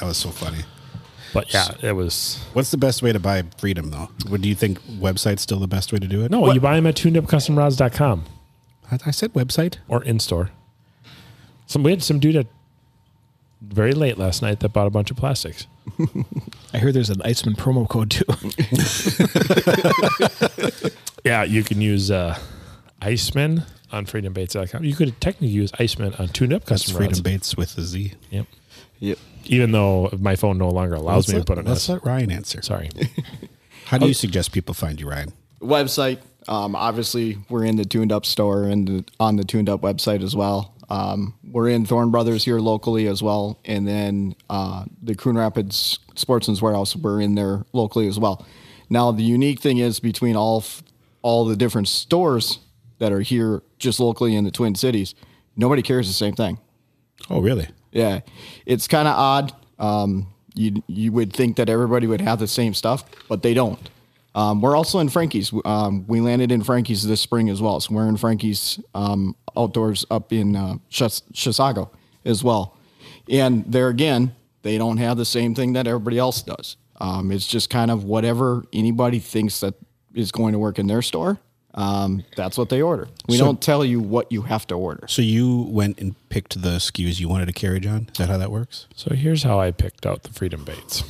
Speaker 2: that was so funny.
Speaker 1: But yeah, it was
Speaker 2: What's the best way to buy freedom, though? What do you think? Website's still the best way to do it?
Speaker 1: no. You buy them at tunedupcustomrods.com
Speaker 2: I, I said website.
Speaker 1: or in store. Some we had some dude at very late last night that bought a bunch of plastics.
Speaker 3: (laughs) I hear there's an Iceman promo code too.
Speaker 1: Yeah, you can use uh, Iceman on freedombaits.com. You could technically use Iceman on tuned up
Speaker 2: That's
Speaker 1: customer.
Speaker 2: Freedom
Speaker 1: routes.
Speaker 2: Baits with a Z.
Speaker 1: Yep.
Speaker 4: Yep.
Speaker 1: Even though my phone no longer allows me to put it in.
Speaker 2: Let's let Ryan answer.
Speaker 1: Sorry.
Speaker 2: How do you suggest people find you, Ryan?
Speaker 4: website. Um, obviously, we're in the Tuned Up store and the, on the Tuned Up website as well. Um, we're in Thorn Brothers here locally as well, and then uh, the Coon Rapids Sportsman's Warehouse. We're in there locally as well. Now, the unique thing is between all f- all the different stores that are here just locally in the Twin Cities, nobody carries the same thing.
Speaker 2: Oh, really?
Speaker 4: Yeah, it's kind of odd. Um, you you would think that everybody would have the same stuff, but they don't. Um, we're also in Frankie's. Um, we landed in Frankie's this spring as well. So we're in Frankie's um, outdoors up in uh, Shis- Chisago as well. And there again, they don't have the same thing that everybody else does. Um, it's just kind of whatever anybody thinks that is going to work in their store. Um, that's what they order. We don't tell you what you have to order.
Speaker 2: So you went and picked the SKUs you wanted to carry, John? Is that how that works?
Speaker 1: So here's how I picked out the freedom baits.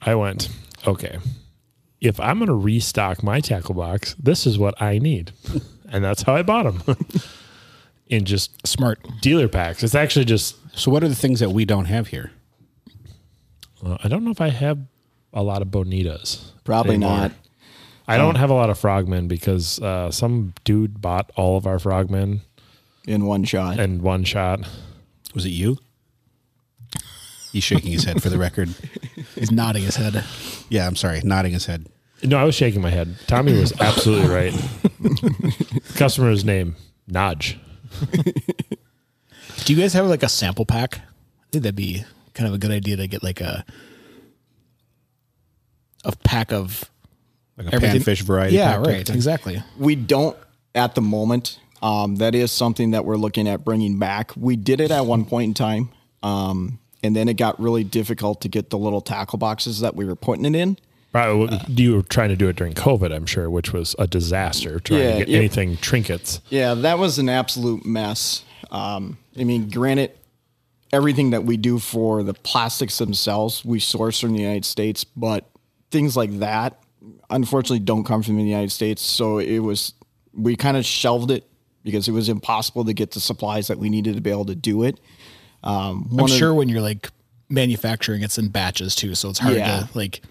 Speaker 1: I went, okay, if I'm going to restock my tackle box, this is what I need. and that's how I bought them in just
Speaker 3: Smart.
Speaker 1: dealer packs. It's actually just,
Speaker 2: So what are the things that we don't have here?
Speaker 1: uh, I don't know if I have a lot of bonitas.
Speaker 4: Probably
Speaker 1: anymore.
Speaker 4: not.
Speaker 1: I
Speaker 2: Hmm.
Speaker 1: don't have a lot of frogmen because uh, some dude bought all of our frogmen
Speaker 4: in one shot.
Speaker 1: in one shot.
Speaker 2: Was it you? He's shaking his head for the (laughs) record.
Speaker 3: He's nodding his head.
Speaker 2: Yeah, I'm sorry, nodding his head.
Speaker 1: No, I was shaking my head. Tommy
Speaker 2: (laughs)
Speaker 1: was absolutely right. Customer's name, Nodge.
Speaker 3: Do you guys have like a sample pack think that'd be kind of a good idea to get like a a pack of
Speaker 2: Like a panfish variety.
Speaker 3: Yeah,
Speaker 2: pack type
Speaker 3: right.
Speaker 2: thing.
Speaker 3: Exactly.
Speaker 4: We don't at the moment. Um, that is something that we're looking at bringing back. We did it at one point in time, um, and then it got really difficult to get the little tackle boxes that we were putting it in.
Speaker 1: Probably you were trying to do it during COVID, I'm sure, which was a disaster trying
Speaker 4: Yeah,
Speaker 1: to get
Speaker 4: yeah.
Speaker 1: anything trinkets.
Speaker 4: Yeah, that was an absolute mess. Um, I mean, granted, everything that we do for the plastics themselves, we source from the United States, but things like that, unfortunately, don't come from the United States. So it was, we kind of shelved it because it was impossible to get the supplies that we needed to be able to do it. Um,
Speaker 3: I'm
Speaker 4: one of-
Speaker 3: sure when you're like manufacturing, it's in batches too, so it's hard
Speaker 4: Yeah.
Speaker 3: to like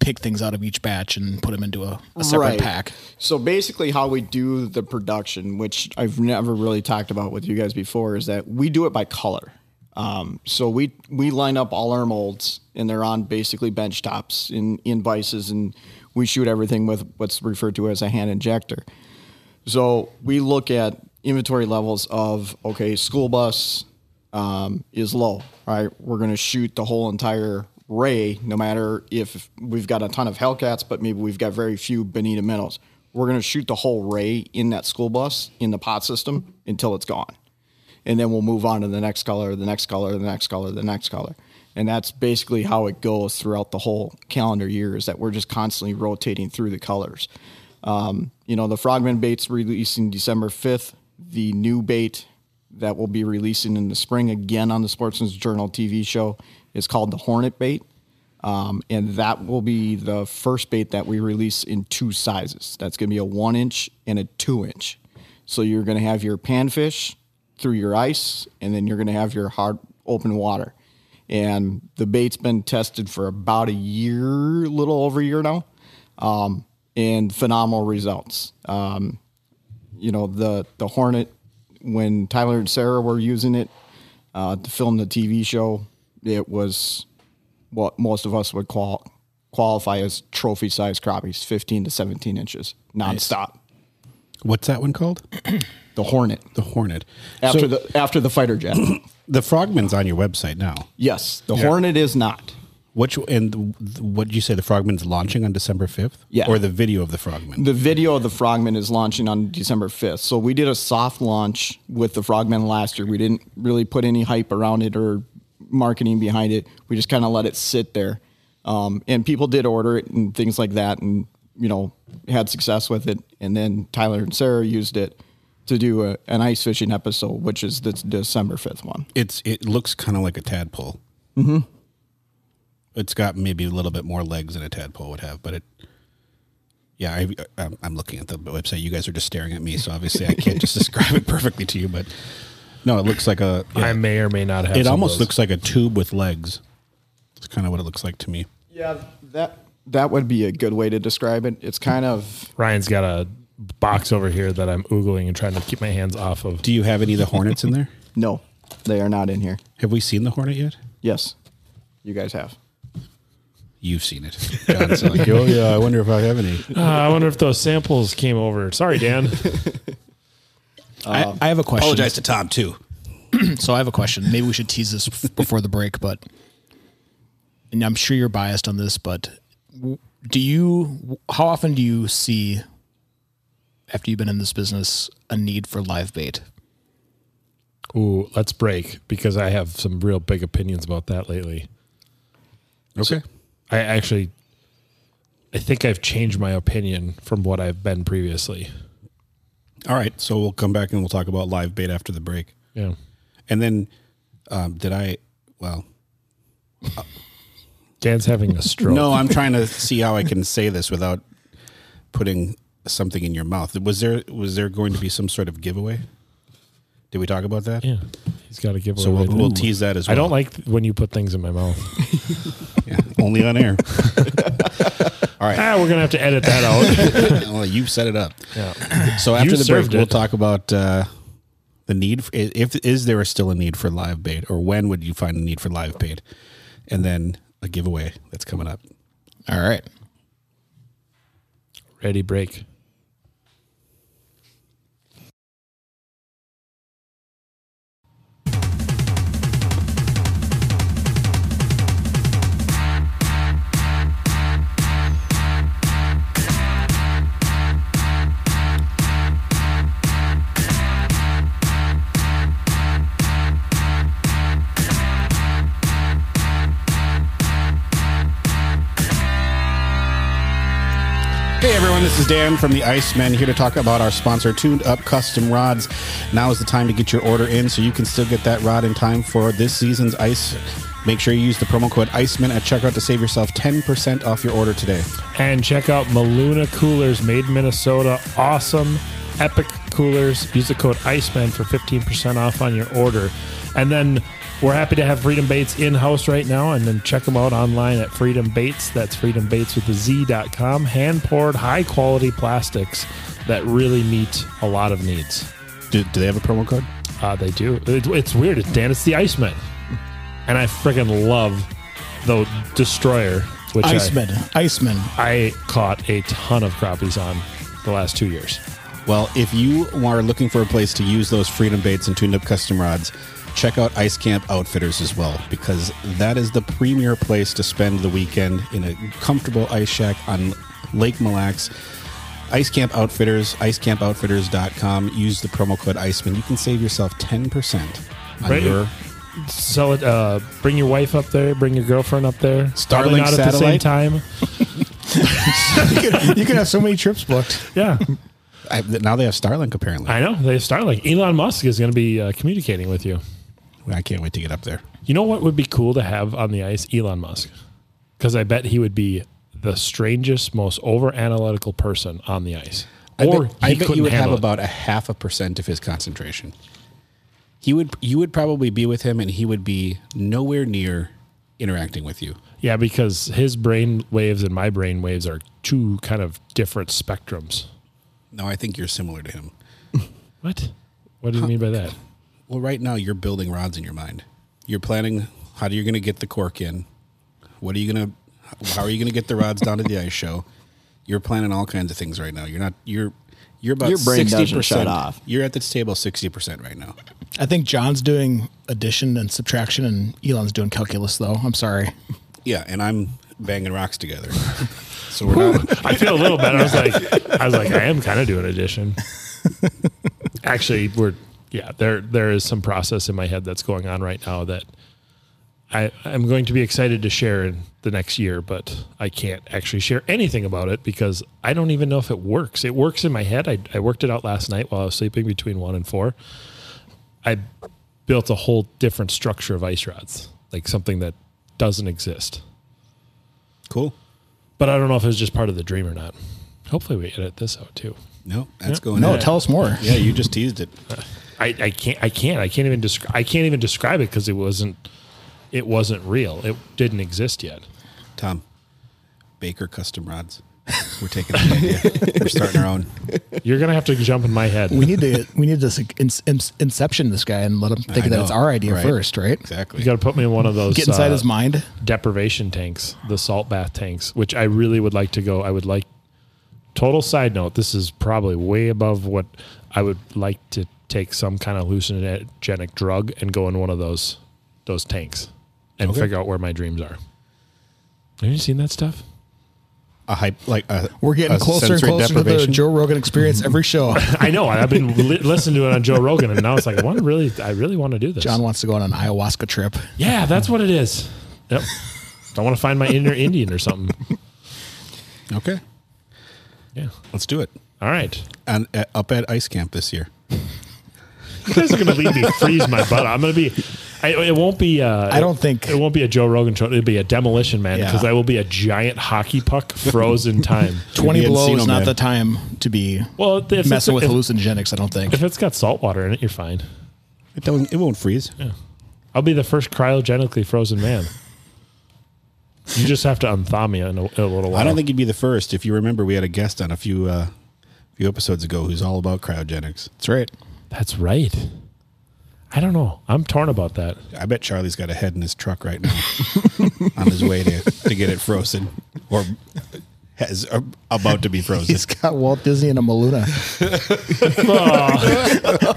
Speaker 3: pick things out of each batch and put them into a, a separate pack.
Speaker 4: So basically, how we do the production, which I've never really talked about with you guys before, is that we do it by color. Um, so we we line up all our molds, and they're on basically bench tops in in vices, and we shoot everything with what's referred to as a hand injector. So we look at inventory levels of okay, school bus um, is low. All right, we're going to shoot the whole entire ray, no matter if we've got a ton of Hellcats, but maybe we've got very few Benita Minnows. We're going to shoot the whole ray in that school bus in the pot system until it's gone, and then we'll move on to the next color, the next color, the next color, the next color. And that's basically how it goes throughout the whole calendar year is that we're just constantly rotating through the colors. Um, you know, the Frogman bait's releasing December 5th. The new bait that will be releasing in the spring again on the Sportsman's Journal TV show is called the Hornet bait. Um, and that will be the first bait that we release in two sizes. That's going to be a one inch and a two inch. So you're going to have your panfish through your ice, and then you're going to have your hard open water. And the bait's been tested for about a year, little over a year now, um, and phenomenal results. Um, you know the the Hornet when Tyler and Sarah were using it uh, to film the TV show. It was what most of us would qual- qualify as trophy size crappies, fifteen to seventeen inches, nonstop.
Speaker 2: What's that one called?
Speaker 4: The Hornet
Speaker 2: The Hornet.
Speaker 4: after
Speaker 2: so
Speaker 4: the after the fighter jet. (clears throat)
Speaker 2: the Frogman's on your website now.
Speaker 4: yes, the Hornet is not.
Speaker 2: Which and th- what did you say the Frogman's launching on December fifth?
Speaker 4: Yeah.
Speaker 2: Or the video of the Frogman.
Speaker 4: The video of the Frogman is launching on December 5th. So we did a soft launch with the Frogman last year. We didn't really put any hype around it or marketing behind it. We just kind of let it sit there. Um, and people did order it and things like that and, you know, had success with it. And then Tyler and Sarah used it to do a, an ice fishing episode, which is the December 5th one.
Speaker 2: it's it looks kind of like a tadpole. Mm-hmm. It's got maybe a little bit more legs than a tadpole would have, but it. Yeah, I, I'm, I'm looking at the website. You guys are just staring at me, so obviously I can't just (laughs) describe it perfectly to you. But no, it looks like a.
Speaker 1: I may or may not have.
Speaker 2: it
Speaker 1: some of
Speaker 2: almost
Speaker 1: those.
Speaker 2: looks like a tube with legs. It's kind of what it looks like to me.
Speaker 4: Yeah, that that would be a good way to describe it. It's kind of
Speaker 1: Ryan's got a box over here that I'm oogling and trying to keep my hands off
Speaker 2: (laughs)
Speaker 1: of.
Speaker 2: Do you have any of the hornets in (laughs) there?
Speaker 4: no, they are not in here.
Speaker 2: Have we seen the hornet yet?
Speaker 4: Yes, you guys have.
Speaker 2: You've seen it. John's like, (laughs) oh yeah, I wonder if I have any.
Speaker 1: Uh, I wonder if those samples came over. Sorry,
Speaker 2: (laughs)
Speaker 1: Dan.
Speaker 3: I, I have a question.
Speaker 2: Apologize to Tom too.
Speaker 3: So I have a question. Maybe we should tease this f- before the break, but and I'm sure you're biased on this, but w- do you how often do you see after you've been in this business a need for live bait?
Speaker 1: Ooh, let's break because I have some real big opinions about that lately.
Speaker 2: Okay.
Speaker 1: I actually, I think I've changed my opinion from what I've been previously.
Speaker 2: All right. So we'll come back and we'll talk about live bait after the break.
Speaker 1: Yeah.
Speaker 2: And then, um, did I? Well,
Speaker 1: Dan's having
Speaker 2: (laughs)
Speaker 1: a stroke. (laughs)
Speaker 2: no, I'm trying to see how I can say this without putting something in your mouth. Was there was there going to be some sort of giveaway? Did we talk about that?
Speaker 1: Yeah. He's got to give
Speaker 2: So
Speaker 1: away.
Speaker 2: we'll, we'll tease that as
Speaker 1: I
Speaker 2: well.
Speaker 1: don't like when you put things in my mouth.
Speaker 2: (laughs) Yeah, only on
Speaker 1: (laughs)
Speaker 2: air.
Speaker 1: ah, we're going to have to edit that out.
Speaker 2: (laughs) well, you set it up. So
Speaker 1: You
Speaker 2: after the break,
Speaker 1: served
Speaker 2: we'll
Speaker 1: it.
Speaker 2: talk about uh, the need. For, if is there still a need for live bait, or when would you find a need for live bait? And then a giveaway that's coming up.
Speaker 3: All right.
Speaker 1: Ready, break.
Speaker 2: This is Dan from the Iceman here to talk about our sponsor, Tuned Up Custom Rods. Now is the time to get your order in so you can still get that rod in time for this season's ice. Make sure you use the promo code Iceman at checkout to save yourself 10% off your order today.
Speaker 1: And check out Maluna Coolers, made in Minnesota. Awesome, epic coolers. Use the code Iceman for 15% off on your order. And then we're happy to have Freedom Baits in house right now. And then check them out online at Freedom Baits. That's Freedom Baits with a Z.com. Hand poured, high quality plastics that really meet a lot of needs.
Speaker 2: Do, do they have a promo code?
Speaker 1: Uh, they do. It, it's weird. It's Dan. It's the Iceman, and I freaking love the Destroyer, which I-
Speaker 3: Iceman. Iceman.
Speaker 1: I caught a ton of crappies on the last two years.
Speaker 2: Well, if you are looking for a place to use those freedom baits and tuned up custom rods, check out Ice Camp Outfitters as well, because that is the premier place to spend the weekend in a comfortable ice shack on Lake Mille Lacs. Ice Camp Outfitters, icecampoutfitters.com. Use the promo code Iceman. You can save yourself 10% on
Speaker 1: Right.
Speaker 2: your
Speaker 1: Sell it. Uh, bring your wife up there. Bring your girlfriend up there.
Speaker 2: Starlink
Speaker 1: Probably not at the same
Speaker 2: satellite?
Speaker 1: time.
Speaker 3: (laughs) You could have so many trips booked.
Speaker 2: (laughs)
Speaker 1: Yeah,
Speaker 2: I, now they have Starlink apparently. I,
Speaker 1: I know. They have Starlink. Elon Musk is going to be uh, communicating with you.
Speaker 2: can't wait to get up there.
Speaker 1: You know what would be cool to have on the ice? Elon Musk, because I bet he would be the strangest, most over analytical person on the ice.
Speaker 2: I bet, I
Speaker 1: he
Speaker 2: bet
Speaker 1: couldn't
Speaker 2: you would have
Speaker 1: handle it.
Speaker 2: about a half a percent of his concentration. He would you would probably be with him and he would be nowhere near interacting with you.
Speaker 1: Yeah, because his brain waves and my brain waves are two kind of different spectrums.
Speaker 2: No, I think you're similar to him.
Speaker 1: What? What do you mean by that?
Speaker 2: Well, right now you're building rods in your mind. You're planning how you're going to get the cork in. What are you going to how are you going to get the rods down to the ice show? You're planning all kinds of things right now. You're not you're you're about
Speaker 4: Your brain doesn't
Speaker 2: 60%.
Speaker 4: shut off.
Speaker 2: You're at this table 60% right now.
Speaker 3: I think John's doing addition and subtraction, and Elon's doing calculus, though. I'm sorry.
Speaker 2: Yeah, and I'm banging rocks
Speaker 4: (laughs)
Speaker 2: together. so we're not
Speaker 1: I feel a little better. I was like, I was like, I am kind of doing addition. Actually, we're yeah. There there is some process in my head that's going on right now that I I'm going to be excited to share in the next year, but I can't actually share anything about it because I don't even know if it works. It works in my head. I I worked it out last night while I was sleeping between one and four. I built a whole different structure of ice rods, like something that doesn't exist
Speaker 2: cool.
Speaker 1: but I don't know if it was just part of the dream or not. Hopefully, we edit this out too.
Speaker 2: No, that's going
Speaker 3: No,
Speaker 2: in.
Speaker 3: tell us more.
Speaker 2: Yeah, you just teased it.
Speaker 1: I, I can't. I can't. I can't even describe. I can't even describe it because it wasn't. It wasn't real. It didn't exist yet.
Speaker 2: Tom, Baker Custom Rods. We're taking the idea. We're starting our own.
Speaker 1: You're gonna have to jump in my head.
Speaker 3: (laughs) We need to we need to like, in, in- inception this guy and let him think
Speaker 2: I
Speaker 3: that
Speaker 2: know,
Speaker 3: it's our idea
Speaker 2: right?
Speaker 3: first, right?
Speaker 2: Exactly.
Speaker 1: You got to put me in one of those.
Speaker 3: Get inside
Speaker 1: uh,
Speaker 3: his mind.
Speaker 1: deprivation tanks, the salt bath tanks, which I really would like to go. I would like. Total side note: This is probably way above what I would like to take some kind of hallucinogenic drug and go in one of those those tanks and figure out where my dreams are. Have you seen that stuff?
Speaker 2: a hype like a,
Speaker 3: We're getting
Speaker 2: a
Speaker 3: closer and
Speaker 2: sensory
Speaker 3: closer to the
Speaker 2: deprivation.
Speaker 3: Joe Rogan experience (laughs) every show.
Speaker 1: (laughs) I know. I've been li- listening to it on Joe Rogan, and now it's like I want to really, I really want to do this.
Speaker 3: John wants to go on an ayahuasca trip.
Speaker 1: Yeah, that's what it is. Yep. I want to find my inner Indian or something.
Speaker 2: Okay,
Speaker 1: Yeah.
Speaker 2: let's do it.
Speaker 1: All right.
Speaker 2: And uh, up at Ice Camp this year.
Speaker 1: You guys are gonna leave me freeze my butt. I'm gonna be. I, it won't be. Uh,
Speaker 3: I don't think-
Speaker 1: it won't be a Joe Rogan show. It'll be a demolition man
Speaker 3: Yeah.
Speaker 1: because I will be a giant hockey puck frozen time.
Speaker 3: Twenty
Speaker 2: the
Speaker 3: below
Speaker 2: Encino
Speaker 3: is not
Speaker 2: Man.
Speaker 3: the time to be
Speaker 1: Well, if it's-
Speaker 3: messing with
Speaker 1: if-
Speaker 3: hallucinogenics. I don't think.
Speaker 1: If it's got salt water in it, you're fine.
Speaker 2: It doesn't. It won't freeze.
Speaker 1: I'll be the first cryogenically frozen man. You just have to unthaw me in a, in a little while.
Speaker 2: I don't think you'd be the first. If you remember, we had a guest on a few uh, few episodes ago who's all about cryogenics.
Speaker 3: That's right.
Speaker 1: That's right. I don't know. I'm torn about that.
Speaker 2: I bet Charlie's got a head in his truck right
Speaker 3: (laughs)
Speaker 2: now on his way to, to get it frozen or has uh, about to be frozen.
Speaker 3: (laughs) He's got Walt Disney and a (laughs) Maluna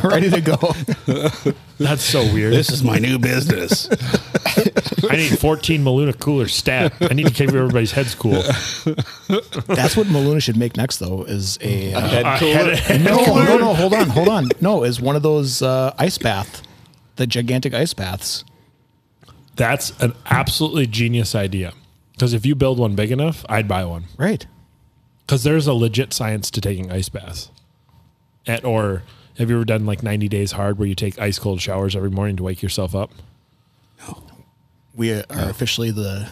Speaker 3: ready to go.
Speaker 1: That's so weird.
Speaker 2: this is my new business.
Speaker 1: I need 14 Maluna cooler stat. I need to keep everybody's heads cool.
Speaker 3: That's what Maluna should make next, though. Is a uh,
Speaker 1: Uh, head-
Speaker 3: no, no, no. Hold on, hold on. No, is one of those uh, ice bath, the gigantic ice baths.
Speaker 1: That's an absolutely genius idea. Because if you build one big enough, I'd buy one.
Speaker 3: Right.
Speaker 1: because there's a legit science to taking ice baths. At or have you ever done like 90 days hard where you take ice cold showers every morning to wake yourself up?
Speaker 3: We are officially the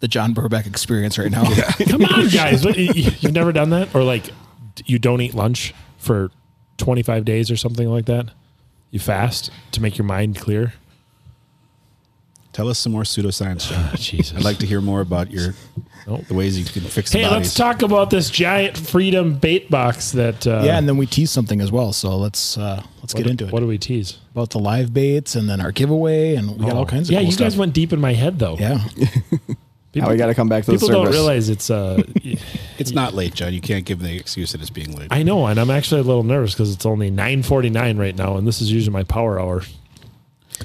Speaker 3: the John Burbeck experience right now.
Speaker 1: (laughs) Come on, guys. What, you, you've never done that? Or like d- you don't eat lunch for 25 days or something like that? You fast to make your mind clear?
Speaker 2: (laughs) Tell us some more pseudoscience, John.
Speaker 1: Oh, Jesus.
Speaker 2: I'd like to hear more about your
Speaker 1: Nope.
Speaker 2: the ways you can fix.
Speaker 1: Hey,
Speaker 2: the
Speaker 1: let's
Speaker 2: bodies.
Speaker 1: talk about this giant freedom bait box that. Uh,
Speaker 3: yeah, and then we tease something as well. So let's uh, let's get into it
Speaker 1: What do we tease?
Speaker 3: about the live baits and then our giveaway, and we got all kinds of
Speaker 1: Oh. yeah.
Speaker 3: cool
Speaker 1: you
Speaker 3: stuff.
Speaker 1: guys went deep in my head though.
Speaker 3: yeah,
Speaker 4: Now we got to come back to the
Speaker 1: People
Speaker 4: service.
Speaker 1: don't realize it's.
Speaker 2: (laughs)
Speaker 1: Uh,
Speaker 2: It's not late, John. You can't give the excuse that it's being late.
Speaker 1: I know, and I'm actually a little nervous because it's only 9:49 right now, and this is usually my power hour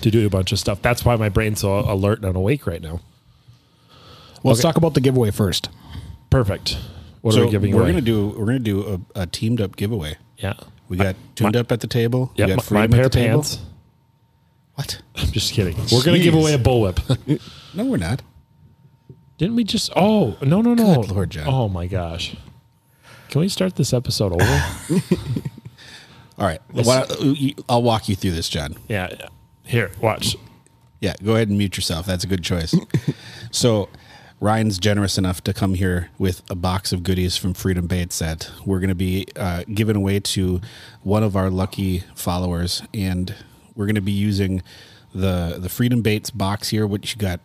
Speaker 1: to do a bunch of stuff. That's why my brain's so alert and awake right now.
Speaker 3: well, let's talk about the giveaway first.
Speaker 1: Perfect. What
Speaker 2: so
Speaker 1: are we giving
Speaker 2: we're
Speaker 1: away?
Speaker 2: gonna do we're gonna do a, a teamed up giveaway.
Speaker 1: yeah.
Speaker 2: We got tuned up at the table.
Speaker 1: Yeah,
Speaker 2: we
Speaker 1: my,
Speaker 2: got
Speaker 1: my
Speaker 2: Freedom at
Speaker 1: pair
Speaker 2: the
Speaker 1: of
Speaker 2: table.
Speaker 1: pants. (laughs)
Speaker 2: What?
Speaker 1: I'm just kidding. We're gonna give
Speaker 2: Jeez.
Speaker 1: away a
Speaker 2: (laughs)
Speaker 1: bullwhip.
Speaker 2: No, we're not.
Speaker 1: Didn't we just? Oh no no no!
Speaker 2: Good Lord, John.
Speaker 1: Oh my gosh! Can we start this episode
Speaker 2: (sighs)
Speaker 1: over?
Speaker 2: All right. Why don't- you- I'll walk you through this, John.
Speaker 1: yeah. yeah. Here, watch.
Speaker 2: Yeah, go ahead and mute yourself. That's a good choice. so, Ryan's generous enough to come here with a box of goodies from Freedom Bait Set. We're going to be uh, giving away to one of our lucky followers, and we're going to be using the the Freedom Baits box here, which you got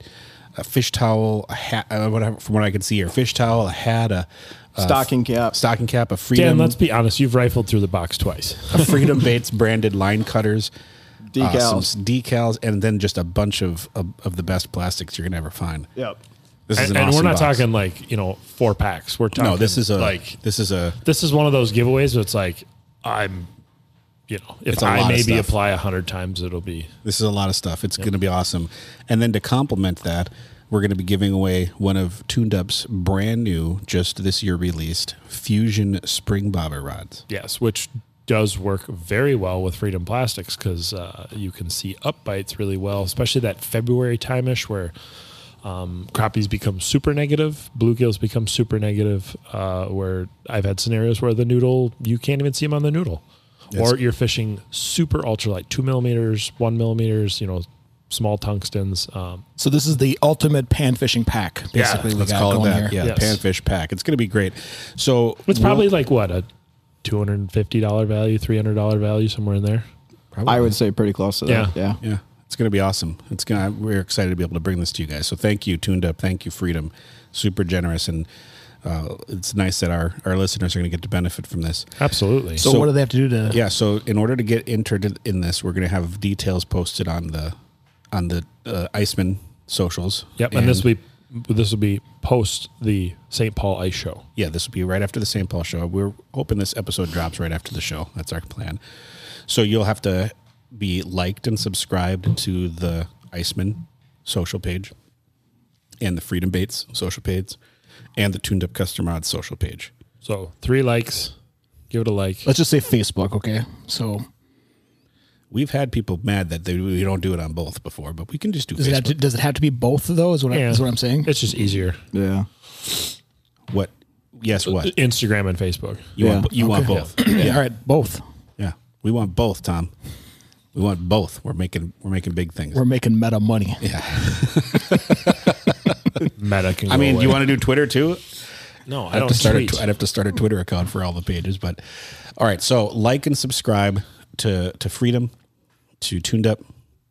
Speaker 2: a fish towel, a hat, uh, whatever, from what I can see here, fish towel, a hat, a, a
Speaker 4: Stocking cap.
Speaker 2: stocking cap,
Speaker 1: Dan,
Speaker 2: a Freedom,
Speaker 1: let's be honest. You've rifled through the box twice.
Speaker 2: a Freedom Baits branded line cutters. uh,
Speaker 4: Decals.
Speaker 2: some s- decals, and then just a bunch of, of of the best plastics you're gonna ever find.
Speaker 4: Yep.
Speaker 2: This
Speaker 1: and,
Speaker 2: an
Speaker 1: and
Speaker 2: awesome
Speaker 1: we're not
Speaker 2: box.
Speaker 1: talking like you know four packs. We're talking
Speaker 2: No, this is a
Speaker 1: like
Speaker 2: this is a
Speaker 1: this is one of those giveaways. Where it's like I'm, you know, if
Speaker 2: It's a lot
Speaker 1: I
Speaker 2: of
Speaker 1: maybe
Speaker 2: stuff.
Speaker 1: apply a hundred times, it'll be
Speaker 2: this is a lot of stuff. It's gonna be awesome. And then to complement that, we're gonna be giving away one of Tuned Up's brand new, just this year released Fusion Spring Bobber rods.
Speaker 1: yes, which does work very well with Freedom Plastics because uh, you can see up bites really well, especially that February timeish where. Um, crappies become super negative. Bluegills become super negative. Uh, where I've had scenarios where the noodle you can't even see them on the noodle, or you're fishing super ultralight, two millimeters, one millimeters, you know, small tungstens. Um,
Speaker 3: So this is the ultimate pan fishing pack. Basically, we
Speaker 2: Let's
Speaker 3: got
Speaker 2: call it
Speaker 3: going
Speaker 2: that.
Speaker 3: here.
Speaker 2: Yeah,
Speaker 1: Yes.
Speaker 2: panfish pack. It's gonna be great. So
Speaker 1: It's
Speaker 2: we'll-
Speaker 1: probably like what a two hundred and fifty dollar value, three hundred dollar value, somewhere in there.
Speaker 4: I would say pretty close to that.
Speaker 1: Yeah.
Speaker 4: Yeah.
Speaker 2: Yeah, it's going to be awesome. It's going. to We're excited to be able to bring this to you guys. So thank you, tuned up. Thank you, Freedom. Super generous, and uh, it's nice that our our listeners are going to get to benefit from this.
Speaker 1: Absolutely.
Speaker 3: So,
Speaker 2: So-
Speaker 3: what do they have to do to?
Speaker 2: Yeah. So in order to get entered in this, we're going to have details posted on the on the uh, Iceman socials.
Speaker 1: yep. And, this will be this will be post the St. Paul Ice Show.
Speaker 2: yeah, this will be right after the St. Paul show. We're hoping this episode drops right after the show. That's our plan. So you'll have to be liked and subscribed to the Iceman social page and the Freedom Baits social page and the Tuned Up Custom Rods social page.
Speaker 1: So three likes. Give it a like.
Speaker 3: Let's just say Facebook. Okay, so
Speaker 2: We've had people mad that they, we don't do it on both before, but we can just do
Speaker 3: does it have
Speaker 2: Facebook.
Speaker 3: to? Does it have to be both of those? What, I-
Speaker 1: Yeah.
Speaker 3: is what I'm saying.
Speaker 1: It's just easier.
Speaker 4: Yeah.
Speaker 2: what? Yes,
Speaker 3: Uh,
Speaker 2: what?
Speaker 1: Instagram and Facebook.
Speaker 2: You,
Speaker 4: Yeah.
Speaker 2: want, you want both.
Speaker 3: Yeah, All right, both.
Speaker 2: Yeah. We want both, Tom. We want both. We're making we're making big things.
Speaker 3: We're making meta money.
Speaker 1: Meta can. Go
Speaker 2: I mean,
Speaker 1: away.
Speaker 2: you want to do Twitter too?
Speaker 1: No, I
Speaker 2: I'd have,
Speaker 1: don't
Speaker 2: to start a,
Speaker 1: tweet.
Speaker 2: tw- I'd have to start a Twitter account for all the pages. But all right, so like and subscribe to to Freedom, to Tuned Up,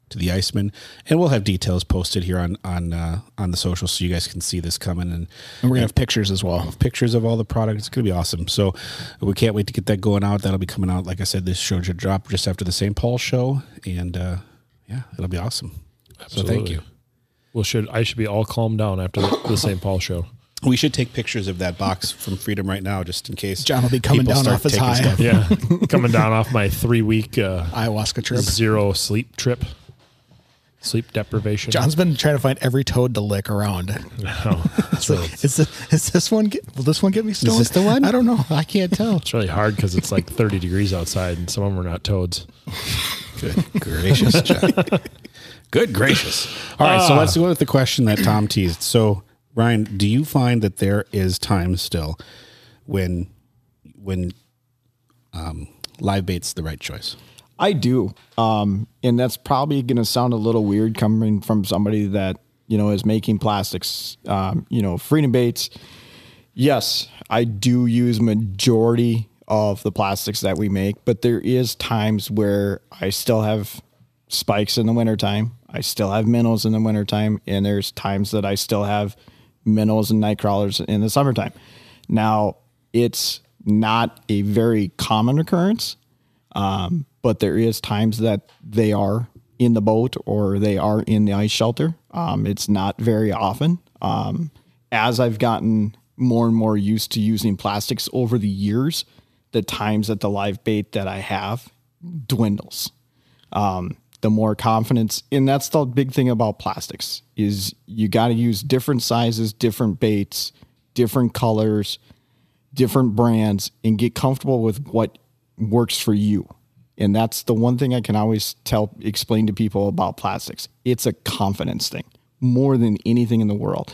Speaker 2: to the Iceman, and we'll have details posted here on on uh, on the social so you guys can see this coming and
Speaker 3: And we're gonna have pictures as well.
Speaker 2: pictures of all the products. It's gonna be awesome. So we can't wait to get that going out. That'll be coming out. Like I said, this show should drop just after the St. Paul show, and uh, yeah, it'll be awesome. So thank
Speaker 1: Absolutely.
Speaker 2: you.
Speaker 1: Well, should I should be all calmed down after the, the St. Paul show?
Speaker 2: We should take pictures of that box from Freedom right now, just in case
Speaker 3: John will be coming
Speaker 2: people
Speaker 3: down
Speaker 2: start
Speaker 3: off his
Speaker 2: taking
Speaker 3: high.
Speaker 2: stuff.
Speaker 1: Yeah, (laughs) coming down off my three week uh,
Speaker 3: Ayahuasca trip.
Speaker 1: zero sleep trip, sleep deprivation.
Speaker 3: John's been trying to find every toad to lick around.
Speaker 1: No,
Speaker 3: It's like, is, this, is this one? Get, will this one get me stoned?
Speaker 2: this the one?
Speaker 3: I don't know. I can't tell.
Speaker 1: It's really hard because it's like 30 degrees outside, and some of them are not toads.
Speaker 2: Good gracious, Ah. John. Good gracious. All right, so let's go with the question that Tom teased. So, Ryan, do you find that there is time still when when um, live bait's the right choice?
Speaker 4: I do. Um, and that's probably going to sound a little weird coming from somebody that, you know, is making plastics, um, you know, freedom baits. Yes, I do use majority of the plastics that we make, but there is times where I still have spikes in the wintertime. I still have minnows in the wintertime. And there's times that I still have minnows and night crawlers in the summertime. Now, it's not a very common occurrence, um, but there is times that they are in the boat or they are in the ice shelter. Um, it's not very often. Um, as I've gotten more and more used to using plastics over the years, the times that the live bait that I have dwindles. Um, the more confidence, and that's the big thing about plastics is you got to use different sizes, different baits, different colors, different brands and get comfortable with what works for you. And that's the one thing I can always tell, explain to people about plastics. It's a confidence thing more than anything in the world.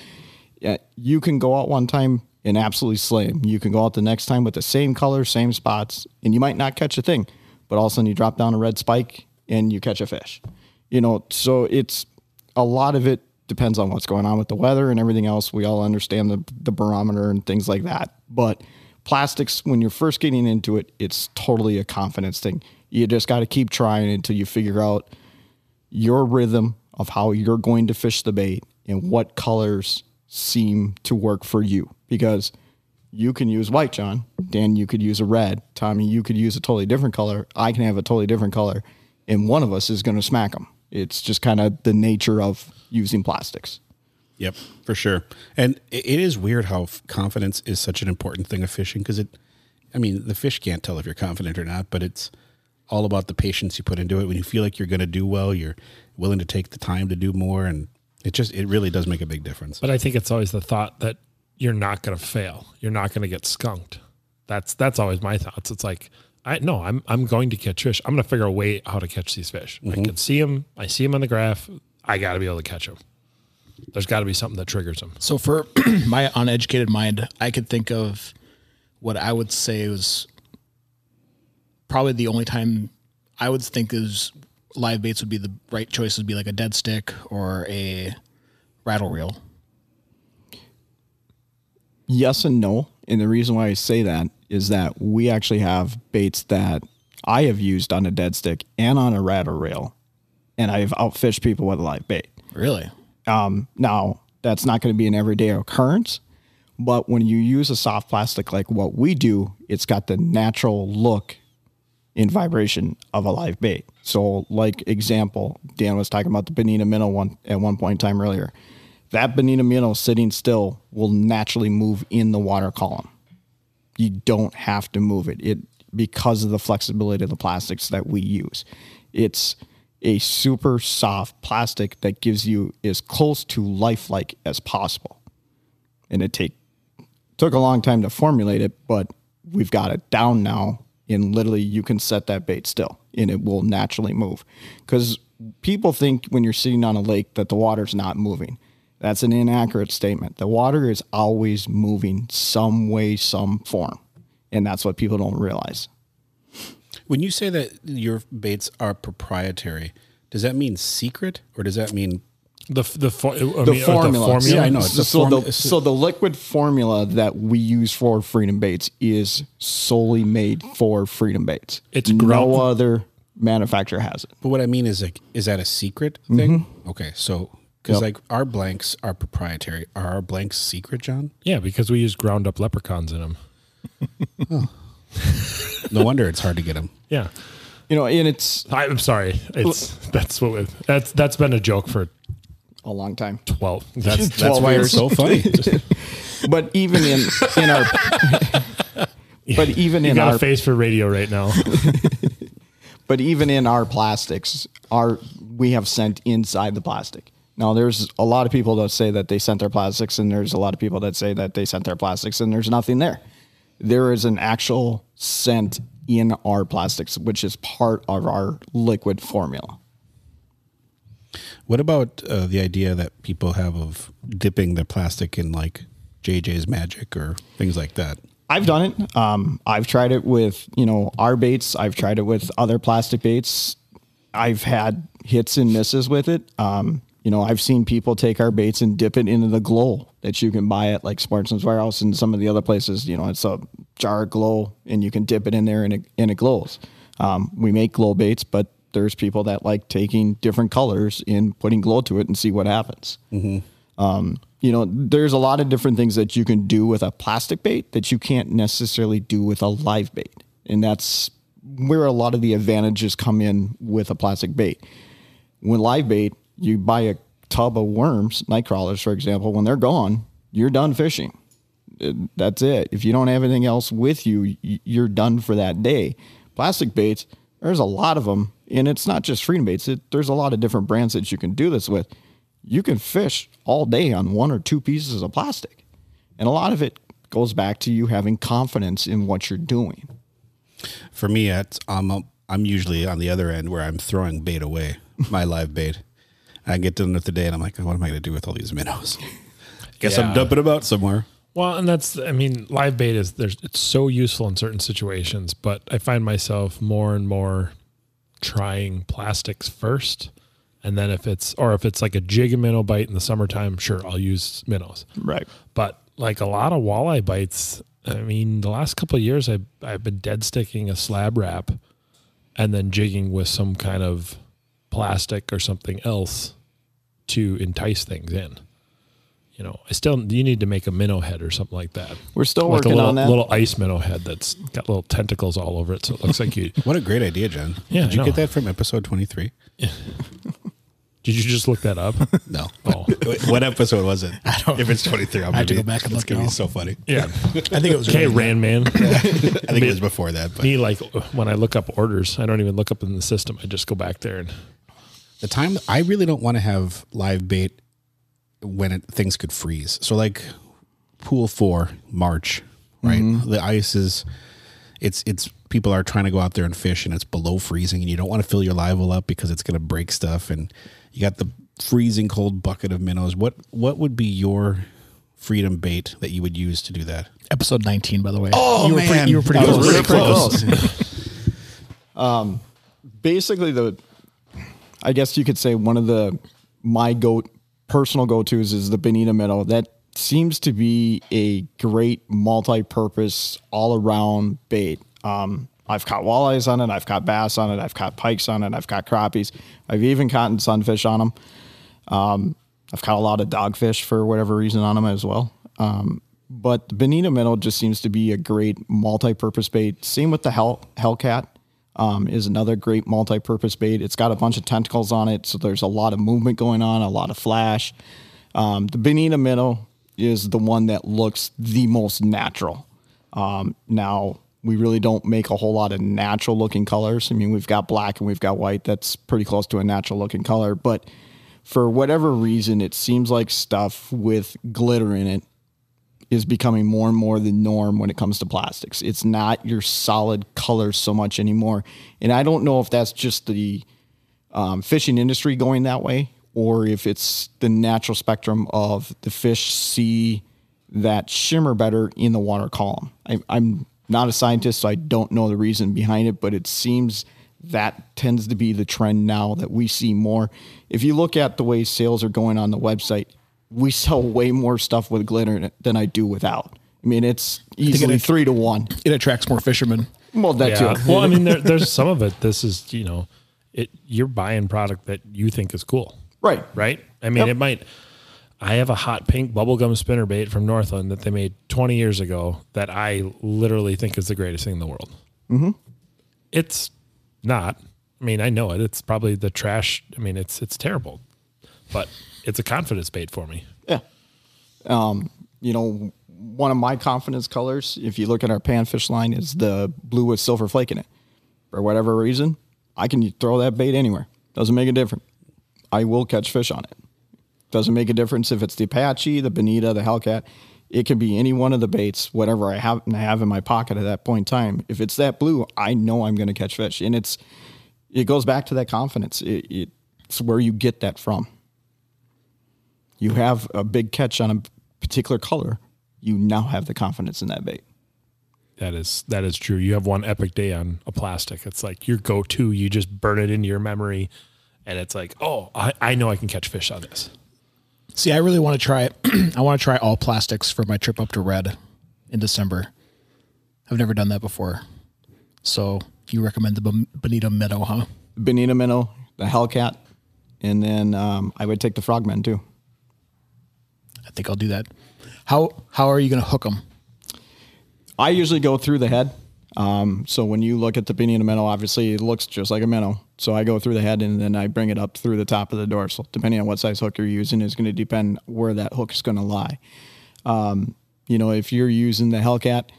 Speaker 4: Yeah, you can go out one time and absolutely slay 'em. You can go out the next time with the same color, same spots, and you might not catch a thing, but all of a sudden you drop down a red spike and you catch a fish. You know, so it's a lot of it depends on what's going on with the weather and everything else. We all understand the, the barometer and things like that. But plastics, when you're first getting into it, it's totally a confidence thing. You just got to keep trying until you figure out your rhythm of how you're going to fish the bait and what colors seem to work for you. Because you can use white, John. Dan, you could use a red. Tommy, you could use a totally different color. I can have a totally different color. And one of us is going to smack them. It's just kind of the nature of using plastics.
Speaker 2: Yep, for sure. And i- it is weird how f- confidence is such an important thing of fishing because it, I mean, the fish can't tell if you're confident or not, but it's all about the patience you put into it. When you feel like you're going to do well, you're willing to take the time to do more, and it just it really does make a big difference.
Speaker 5: But I think it's always the thought that you're not going to fail. You're not going to get skunked. That's that's always my thoughts. It's like I no, I'm I'm going to catch fish. I'm going to figure a way how to catch these fish. I can see them. I see them on the graph. I got to be able to catch them. There's got to be something that triggers them.
Speaker 3: (laughs) So for (clears throat) my uneducated mind, I could think of what I would say was probably the only time I would think is live baits would be the right choice would be like a dead stick or a rattle reel.
Speaker 4: Yes and no. And the reason why I say that is that we actually have baits that I have used on a dead stick and on a rattle rail, and I've outfished people with a live bait.
Speaker 3: Really?
Speaker 4: Um, now, that's not going to be an everyday occurrence, but when you use a soft plastic like what we do, it's got the natural look in vibration of a live bait. So, like example, Dan was talking about the Benita minnow one at one point in time earlier. That Benita minnow sitting still will naturally move in the water column. You don't have to move it. It because of the flexibility of the plastics that we use. It's a super soft plastic that gives you as close to lifelike as possible. And it take took a long time to formulate it, but we've got it down now. And literally, you can set that bait still, and it will naturally move. Because people think when you're sitting on a lake that the water's not moving. That's an inaccurate statement. The water is always moving some way, some form, and that's what people don't realize.
Speaker 2: When you say that your baits are proprietary, does that mean secret or does that mean
Speaker 5: The f- the, for, I mean, uh,
Speaker 4: the formula.
Speaker 2: Yeah, I know. It's
Speaker 4: So,
Speaker 2: the form-
Speaker 4: the so the liquid formula that we use for Freedom Baits is solely made for Freedom Baits.
Speaker 5: It's grown-
Speaker 4: no other manufacturer has it.
Speaker 2: But what I mean is like, is that a secret thing? Okay, so because like our blanks are proprietary. Are our blanks secret, John?
Speaker 5: yeah, because we use ground up leprechauns in them.
Speaker 2: No wonder it's hard to get them.
Speaker 5: Yeah,
Speaker 4: You know, and it's
Speaker 5: I, I'm sorry. It's that's what we that's that's been a joke for
Speaker 4: a long time.
Speaker 5: twelve. That's
Speaker 2: That's why it's so funny.
Speaker 4: But even in in our but even
Speaker 5: you
Speaker 4: in
Speaker 5: got
Speaker 4: our
Speaker 5: a face for radio right now.
Speaker 4: but even in our plastics, our we have sent inside the plastic. Now there's a lot of people that say that they sent their plastics, and there's a lot of people that say that they sent their plastics, and there's nothing there. There is an actual scent in our plastics, which is part of our liquid formula.
Speaker 2: What about uh, the idea that people have of dipping their plastic in like JJ's magic or things like that?
Speaker 4: I've done it. Um, I've tried it with you know our baits. I've tried it with other plastic baits. I've had hits and misses with it. Um, you know, I've seen people take our baits and dip it into the glow that you can buy at like Spartan's Warehouse and some of the other places. You know, it's a jar of glow and you can dip it in there and it, and it glows. Um, we make glow baits, but there's people that like taking different colors and putting glow to it and see what happens you know, there's a lot of different things that you can do with a plastic bait that you can't necessarily do with a live bait. And that's where a lot of the advantages come in with a plastic bait. When live bait, you buy a tub of worms, night crawlers, for example, when they're gone, you're done fishing. Uh, That's it. If you don't have anything else with you, y- you're done for that day. Plastic baits, there's a lot of them. And it's not just freedom baits, it, there's a lot of different brands that you can do this with you can fish all day on one or two pieces of plastic. And a lot of it goes back to you having confidence in what you're doing.
Speaker 2: For me, it's, I'm uh, I'm usually on the other end where I'm throwing bait
Speaker 3: (laughs)
Speaker 2: away, my live bait. I get done with the day and I'm like, what am I going to do with all these minnows? (laughs) Guess I'm
Speaker 1: Yeah.
Speaker 2: dumping them out somewhere.
Speaker 1: Well, and that's I mean, live bait is there's it's so useful in certain situations, but I find myself more and more trying plastics first. And then if it's or if it's like a jig and minnow bite in the summertime, sure, I'll use minnows.
Speaker 4: Right.
Speaker 1: But like a lot of walleye bites, I mean, the last couple of years I I've, been dead sticking a slab wrap and then jigging with some kind of plastic or something else to entice things in. You know, I still you need to make a minnow head or something like that.
Speaker 4: We're still
Speaker 1: like
Speaker 4: working
Speaker 1: a little,
Speaker 4: on that.
Speaker 1: little ice minnow head that's got little tentacles all over it, so it looks like
Speaker 4: (laughs)
Speaker 1: you.
Speaker 2: What a great idea, Jen.
Speaker 1: Yeah,
Speaker 2: Did you
Speaker 1: I
Speaker 2: get
Speaker 1: know.
Speaker 2: that from episode 23?
Speaker 1: Did you just look that
Speaker 4: (laughs)
Speaker 1: up?
Speaker 2: (laughs) No.
Speaker 1: Oh,
Speaker 2: Wait, what episode was
Speaker 3: (laughs)
Speaker 2: it? I
Speaker 3: don't-
Speaker 2: If it's 23, I'm
Speaker 3: I have to
Speaker 2: gonna
Speaker 3: go back and
Speaker 2: It's
Speaker 3: look
Speaker 2: gonna be
Speaker 3: now.
Speaker 2: so funny.
Speaker 1: yeah.
Speaker 3: (laughs) I think it was
Speaker 1: Okay,
Speaker 3: really-
Speaker 1: Ran Man.
Speaker 2: (laughs) I think it was before that, but
Speaker 1: Me, like when I look up orders, I don't even look up in the system. I just go back there and
Speaker 2: the time I really don't want to have live bait when it, things could freeze. So like pool four March, right?
Speaker 3: Mm-hmm.
Speaker 2: The ice is it's it's people are trying to go out there and fish and it's below freezing and you don't want to fill your live well up because it's going to break stuff and you got the freezing cold bucket of minnows. What what would be your freedom bait that you would use to do that?
Speaker 3: episode 19, by the way. you were Pretty, you were
Speaker 2: I
Speaker 3: pretty
Speaker 2: Oh, was
Speaker 3: close.
Speaker 2: really close.
Speaker 4: Basically, the, I guess you could say one of the, my go, personal go tos is the Benita Minnow. That seems to be a great multi purpose, all around bait. Um, I've caught walleyes on it. I've caught bass on it. I've caught pikes on it. I've caught crappies. I've even caught sunfish on them. I've caught a lot of dogfish for whatever reason on them as well. Um, but the Bonita minnow just seems to be a great multi-purpose bait. Same with the Hell Hellcat um, is another great multi-purpose bait. It's got a bunch of tentacles on it, so there's a lot of movement going on, a lot of flash. Um, the Bonita minnow is the one that looks the most natural. Um, now we really don't make a whole lot of natural looking colors. I mean, we've got black and we've got white. That's pretty close to a natural looking color, but for whatever reason, it seems like stuff with glitter in it is becoming more and more the norm when it comes to plastics. It's not your solid colors so much anymore. And I don't know if that's just the um, fishing industry going that way or if it's the natural spectrum of the fish see that shimmer better in the water column. I, I'm not a scientist, so I don't know the reason behind it, but it seems that tends to be the trend now that we see more. If you look at the way sales are going on the website, we sell way more stuff with glitter in it than I do without. I mean, it's easily
Speaker 3: it-
Speaker 4: three to one.
Speaker 3: It attracts more fishermen.
Speaker 4: Well, that
Speaker 1: Yeah.
Speaker 4: too.
Speaker 1: (laughs) well, I mean, there, there's some of it. This is, you know, it. You're buying product that you think is cool,
Speaker 4: Right.
Speaker 1: Right. I mean, it might. I have a hot pink bubblegum spinnerbait from Northland that they made 20 years ago that I literally think is the greatest thing in the world. Mm-hmm. It's not. I mean, I know it. It's probably the trash. I mean, it's it's terrible, but it's a confidence bait for me.
Speaker 4: Um, you know, one of my confidence colors, if you look at our panfish line, is the blue with silver flake in it. For whatever reason, I can throw that bait anywhere. Doesn't make a difference. I will catch fish on it. Doesn't make a difference if it's the Apache, the Bonita, the Hellcat. It can be any one of the baits, whatever I happen to have in my pocket at that point in time. If it's that blue, I know I'm going to catch fish. And it's, it goes back to that confidence. It, it It's where you get that from. You have a big catch on a particular color. You now have the confidence in that bait.
Speaker 1: That is that is true. You have one epic day on a plastic. It's like your go-to. You just burn it into your memory, and it's like, oh, I, I know I can catch fish on this.
Speaker 3: See, I really want to try. (clears throat) I want to try all plastics for my trip up to Red in December. I've never done that before. So you recommend the Bon- Bonito Minnow, huh?
Speaker 4: Benita Minnow, the Hellcat, and then um, I would take the Frogmen too.
Speaker 3: I think I'll do that. How how are you going to hook them?
Speaker 4: I usually go through the head. Um, so when you look at the Benita Minnow, obviously it looks just like a minnow. So I go through the head and then I bring it up through the top of the dorsal. Depending on what size hook you're using, is going to depend where that hook is going to lie. Um, you know, if you're using the Hellcat,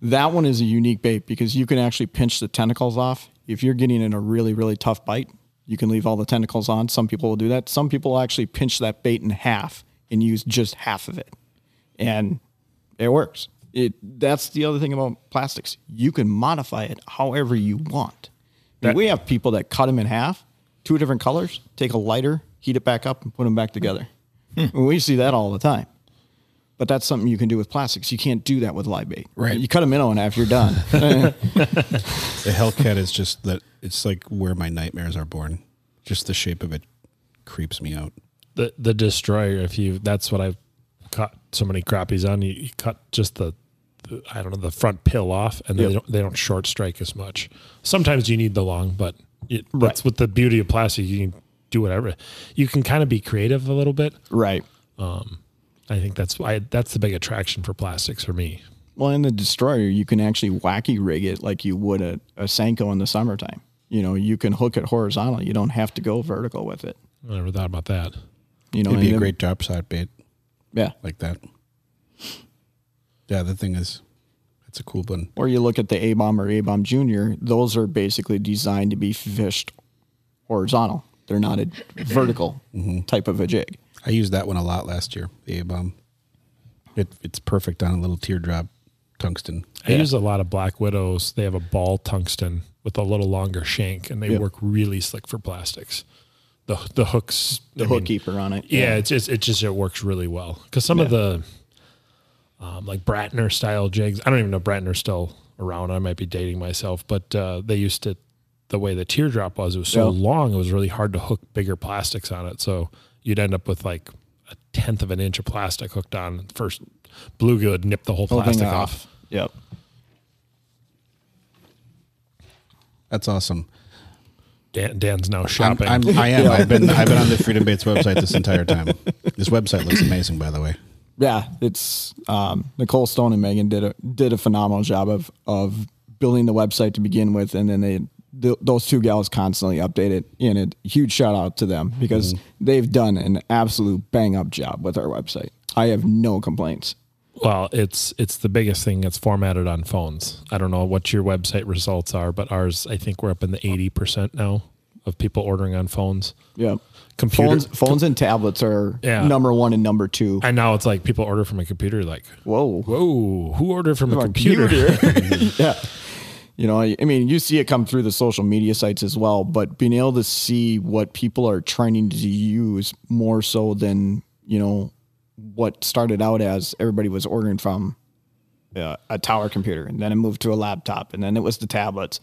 Speaker 4: that one is a unique bait because you can actually pinch the tentacles off. If you're getting in a really, really tough bite, you can leave all the tentacles on. Some people will do that. Some people actually pinch that bait in half and use just half of it. And it works. It that's the other thing about plastics. You can modify it however you want. And we have people that cut them in half, two different colors, take a lighter, heat it back up, and put them back together. And we see that all the time. But that's something you can do with plastics. You can't do that with live bait.
Speaker 3: Right.
Speaker 4: You cut a minnow in half, you're done. (laughs)
Speaker 2: The Hellcat is just that. It's like where my nightmares are born. Just the shape of it creeps me out.
Speaker 1: The the destroyer. If you that's what I've caught so many crappies on. You, you cut just the, the I don't know the front pill off, and they don't they don't short strike as much. Sometimes you need the long, but it, that's with the beauty of plastic. You can do whatever. You can kind of be creative a little bit.
Speaker 4: right.
Speaker 1: I think that's why that's the big attraction for plastics for me.
Speaker 4: Well, in the destroyer, you can actually wacky rig it like you would a, a Senko in the summertime. You know, you can hook it horizontal. You don't have to go vertical with it.
Speaker 1: I never thought about that.
Speaker 4: You know,
Speaker 2: It'd be
Speaker 4: and
Speaker 2: a
Speaker 4: then-
Speaker 2: great drop shot bait
Speaker 4: yeah.
Speaker 2: like that. Yeah, the thing is, it's a cool one.
Speaker 4: or you look at the A bomb or A bomb junior, those are basically designed to be fished horizontal. They're not a vertical type of a jig.
Speaker 2: I used that one a lot last year. The A bomb. It, it's perfect on a little teardrop tungsten.
Speaker 1: I use a lot of black widows. They have a ball tungsten with a little longer shank, and they work really slick for plastics. The the hooks,
Speaker 4: The
Speaker 1: I
Speaker 4: hook
Speaker 1: mean,
Speaker 4: keeper on it.
Speaker 1: Yeah, it's just it just it works really well because some of the um, like Bratner style jigs. I don't even know if Bratner's still around. I might be dating myself, but uh, they used to the way the teardrop was. It was so
Speaker 4: Yeah.
Speaker 1: long, it was really hard to hook bigger plastics on it. So you'd end up with like a tenth of an inch of plastic hooked on. First bluegill would nip the whole
Speaker 4: Whole thing
Speaker 1: plastic off.
Speaker 4: Yep.
Speaker 2: That's awesome.
Speaker 1: Dan, Dan's now
Speaker 2: I'm,
Speaker 1: shopping.
Speaker 2: I'm, I am. I've been. I've been on the Freedom Baits website this entire time. This website looks amazing, by the way.
Speaker 4: Yeah, it's um, Nicole Stone and Megan did a did a phenomenal job of of building the website to begin with, and then they th- those two gals constantly update it. And a huge shout out to them because
Speaker 1: Mm-hmm.
Speaker 4: they've done an absolute bang up job with our website. I have no complaints.
Speaker 1: Well, it's it's the biggest thing. It's formatted on phones. I don't know what your website results are, but ours, I think we're up in the eighty percent now of people ordering on phones.
Speaker 4: Yeah,
Speaker 1: Computer,
Speaker 4: phones phones and tablets are
Speaker 1: Yeah.
Speaker 4: number one and number two.
Speaker 1: and now it's like people order from a computer. Like,
Speaker 4: Whoa,
Speaker 1: whoa, who ordered from a
Speaker 4: Our
Speaker 1: computer? (laughs)
Speaker 4: yeah. You know, I I mean, you see it come through the social media sites as well, but being able to see what people are trying to use more so than, you know, what started out as everybody was ordering from uh, a tower computer and then it moved to a laptop and then it was the tablets.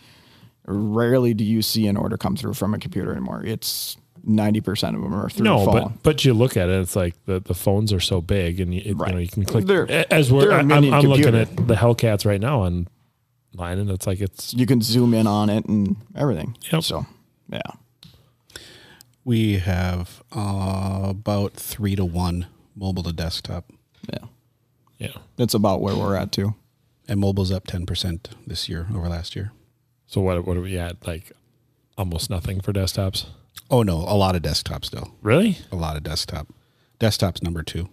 Speaker 4: Rarely do you see an order come through from a computer anymore. It's 90% of them are through a
Speaker 1: No,
Speaker 4: phone.
Speaker 1: but but you look at it, it's like the, the phones are so big, and you, it- you know
Speaker 4: Right.
Speaker 1: you can click.
Speaker 4: They're-
Speaker 1: as we're,
Speaker 4: they're a
Speaker 1: I, am
Speaker 4: mini
Speaker 1: I'm looking
Speaker 4: computer.
Speaker 1: at the Hellcats right now online, and it's like it's
Speaker 4: you can zoom in on it and everything.
Speaker 1: Yep.
Speaker 4: So, yeah.
Speaker 2: We have uh, about three to one mobile to desktop,
Speaker 4: Yeah.
Speaker 1: yeah.
Speaker 4: That's about where we're at, too.
Speaker 2: and mobile's up ten percent this year over last year.
Speaker 1: So what what are we at? Like almost nothing for desktops.
Speaker 2: Oh no, a lot of desktops still.
Speaker 1: Really?
Speaker 2: A lot of desktop. Desktop's number two.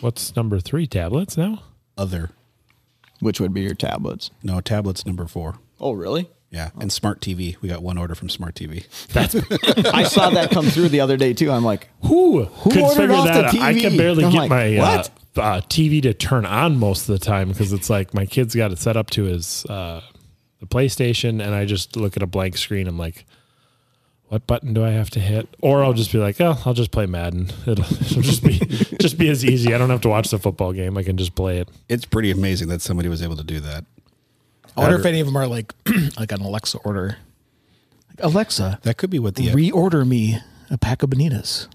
Speaker 1: What's number three? Tablets now?
Speaker 2: Other
Speaker 4: which would be your tablets.
Speaker 2: no tablets number four.
Speaker 4: Oh, really?
Speaker 2: Yeah, and smart TV. We got one order from smart TV.
Speaker 1: (laughs)
Speaker 4: (laughs) I saw that come through the other day too. I'm like,
Speaker 1: Who? Who
Speaker 4: ordered off the
Speaker 1: out. I can
Speaker 4: TV?
Speaker 1: barely
Speaker 4: I'm
Speaker 1: get
Speaker 4: like,
Speaker 1: my uh,
Speaker 4: what?
Speaker 1: uh, TV to turn on most of the time because it's like my kid's got it set up to his uh, the PlayStation, and I just look at a blank screen. I'm like, what button do I have to hit? Or I'll just be like, oh, I'll just play Madden. (laughs) It'll, it'll just be (laughs) just be as easy. I don't have to watch the football game. I can just play it.
Speaker 2: (laughs) It's pretty amazing that somebody was able to do that.
Speaker 3: I wonder if any of them are like (clears throat) like an Alexa order. Like, Alexa,
Speaker 2: That could be what the
Speaker 3: reorder me a pack of bonitas.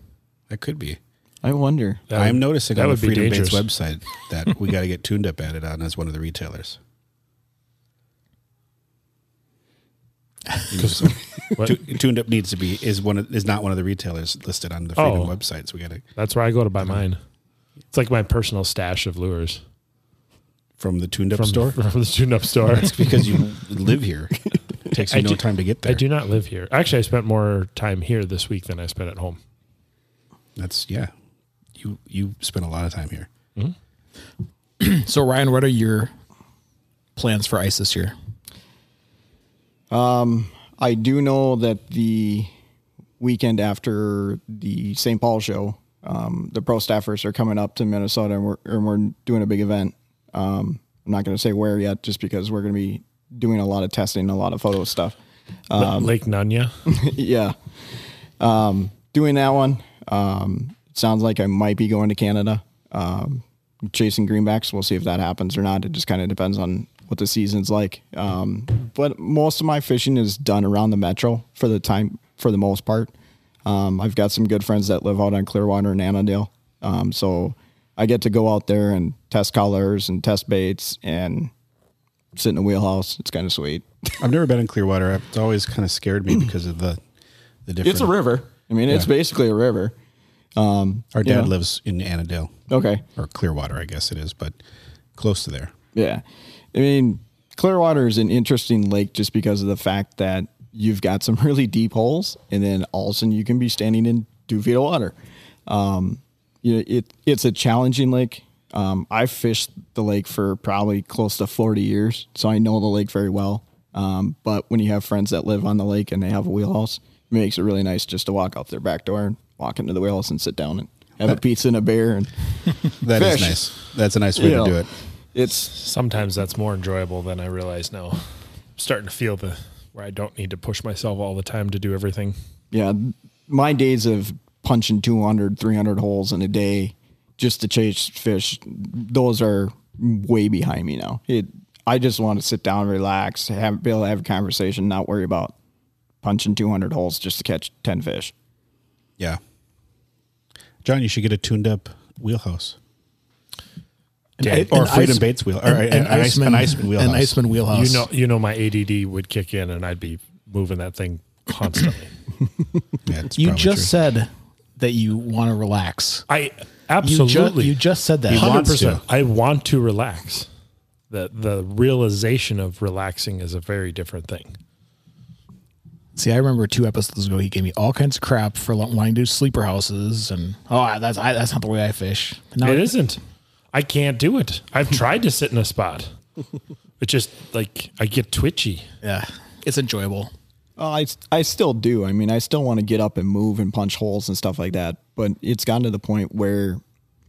Speaker 2: that could be.
Speaker 4: I wonder.
Speaker 1: That
Speaker 2: I
Speaker 1: (laughs)
Speaker 2: am
Speaker 1: would-
Speaker 2: noticing
Speaker 1: that
Speaker 2: on the
Speaker 1: would be
Speaker 2: Freedom Bates
Speaker 1: dangerous.
Speaker 2: website that we got to get tuned up added on as one of the retailers.
Speaker 1: What?
Speaker 2: Tu- tuned up needs to be is one of, is not one of the retailers listed on the Freedom
Speaker 1: Oh.
Speaker 2: website. So we got to
Speaker 1: That's where I go to buy mine. It's like my personal stash of lures
Speaker 2: from the tuned up
Speaker 1: from, (laughs)
Speaker 2: store
Speaker 1: from the student up
Speaker 4: (laughs)
Speaker 1: store.
Speaker 2: because you (laughs) live here. It takes you
Speaker 1: I
Speaker 2: no
Speaker 1: do-
Speaker 2: time to get there.
Speaker 1: I do not live here. Actually, I spent more time here this week than I spent at home.
Speaker 2: That's yeah. You you spend a lot of time here.
Speaker 3: So Ryan, what are your plans for ice this year?
Speaker 4: I do know that the weekend after the St. Paul show, um, the pro staffers are coming up to Minnesota and we're, and we're doing a big event. Um, I'm not going to say where yet, just because we're going to be doing a lot of testing, a lot of photo stuff.
Speaker 3: Um,
Speaker 1: Lake
Speaker 3: (laughs)
Speaker 1: Nunya.
Speaker 4: yeah. Um, doing that one. Um, it sounds like I might be going to Canada. Um, chasing greenbacks. We'll see if that happens or not. It just kind of depends on what the season's like. Um, but most of my fishing is done around the metro for the time, for the most part. Um, I've got some good friends that live out on Clearwater and Annandale. Um, so I get to go out there and test colors and test baits and sit in a wheelhouse. It's kind of sweet.
Speaker 2: I've never been in Clearwater. It's always kind of scared me because of the the different.
Speaker 4: It's a river. I mean, it's basically a river.
Speaker 2: Our dad
Speaker 4: Yeah.
Speaker 2: lives in Annandale
Speaker 4: Okay.
Speaker 2: or Clearwater, I guess it is, but close to there.
Speaker 4: Yeah. I mean, Clearwater is an interesting lake just because of the fact that you've got some (laughs) really deep holes and then all of a sudden you can be standing in two feet of water. Um, you know, it, it's a challenging lake. Um, I've fished the lake for probably close to 40 years, so I know the lake very well. Um, but when you have friends that live on the lake and they have a wheelhouse, it makes it really nice just to walk out their back door and walk into the wheelhouse and sit down and have
Speaker 2: Uh,
Speaker 4: a pizza and a beer and
Speaker 2: That is
Speaker 4: Fish.
Speaker 2: nice. That's a nice way
Speaker 4: know,
Speaker 2: to do it.
Speaker 4: It's
Speaker 1: Sometimes that's more enjoyable than I realize now. I'm starting to feel the where I don't need to push myself all the time to do everything.
Speaker 4: yeah my days of punching 200 300 holes in a day just to chase fish those are way behind me now it i just want to sit down relax have be able to have a conversation not worry about punching 200 holes just to catch 10 fish
Speaker 2: Yeah. John, you should get a tuned up wheelhouse.
Speaker 1: Dan,
Speaker 2: Or
Speaker 3: An
Speaker 2: Freedom
Speaker 3: ice-
Speaker 2: Bates wheel. Or uh, an, an, ice, an Iceman wheelhouse.
Speaker 3: An Iceman wheelhouse.
Speaker 1: you know, you know, my ADD would kick in, and I'd be moving that thing
Speaker 3: (clears throat)
Speaker 1: constantly.
Speaker 2: Yeah, it's
Speaker 3: you
Speaker 2: probably
Speaker 3: just
Speaker 2: true.
Speaker 3: said that you want to relax.
Speaker 1: I
Speaker 3: You, ju-
Speaker 1: absolutely.
Speaker 3: you just said that.
Speaker 2: He
Speaker 1: hundred
Speaker 2: wants to.
Speaker 1: percent. I want to relax. The the realization of relaxing is a very different thing.
Speaker 3: See, I remember two episodes ago, he gave me all kinds of crap for lo- wanting to do sleeper houses, and oh, that's I, that's not the way I fish. Now
Speaker 1: it isn't. I can't do it. I've (laughs) tried to sit in a spot. It's just like I get twitchy.
Speaker 3: Yeah, it's enjoyable.
Speaker 4: Well, I, I still do. I mean, I still want to get up and move and punch holes and stuff like that. But it's gotten to the point where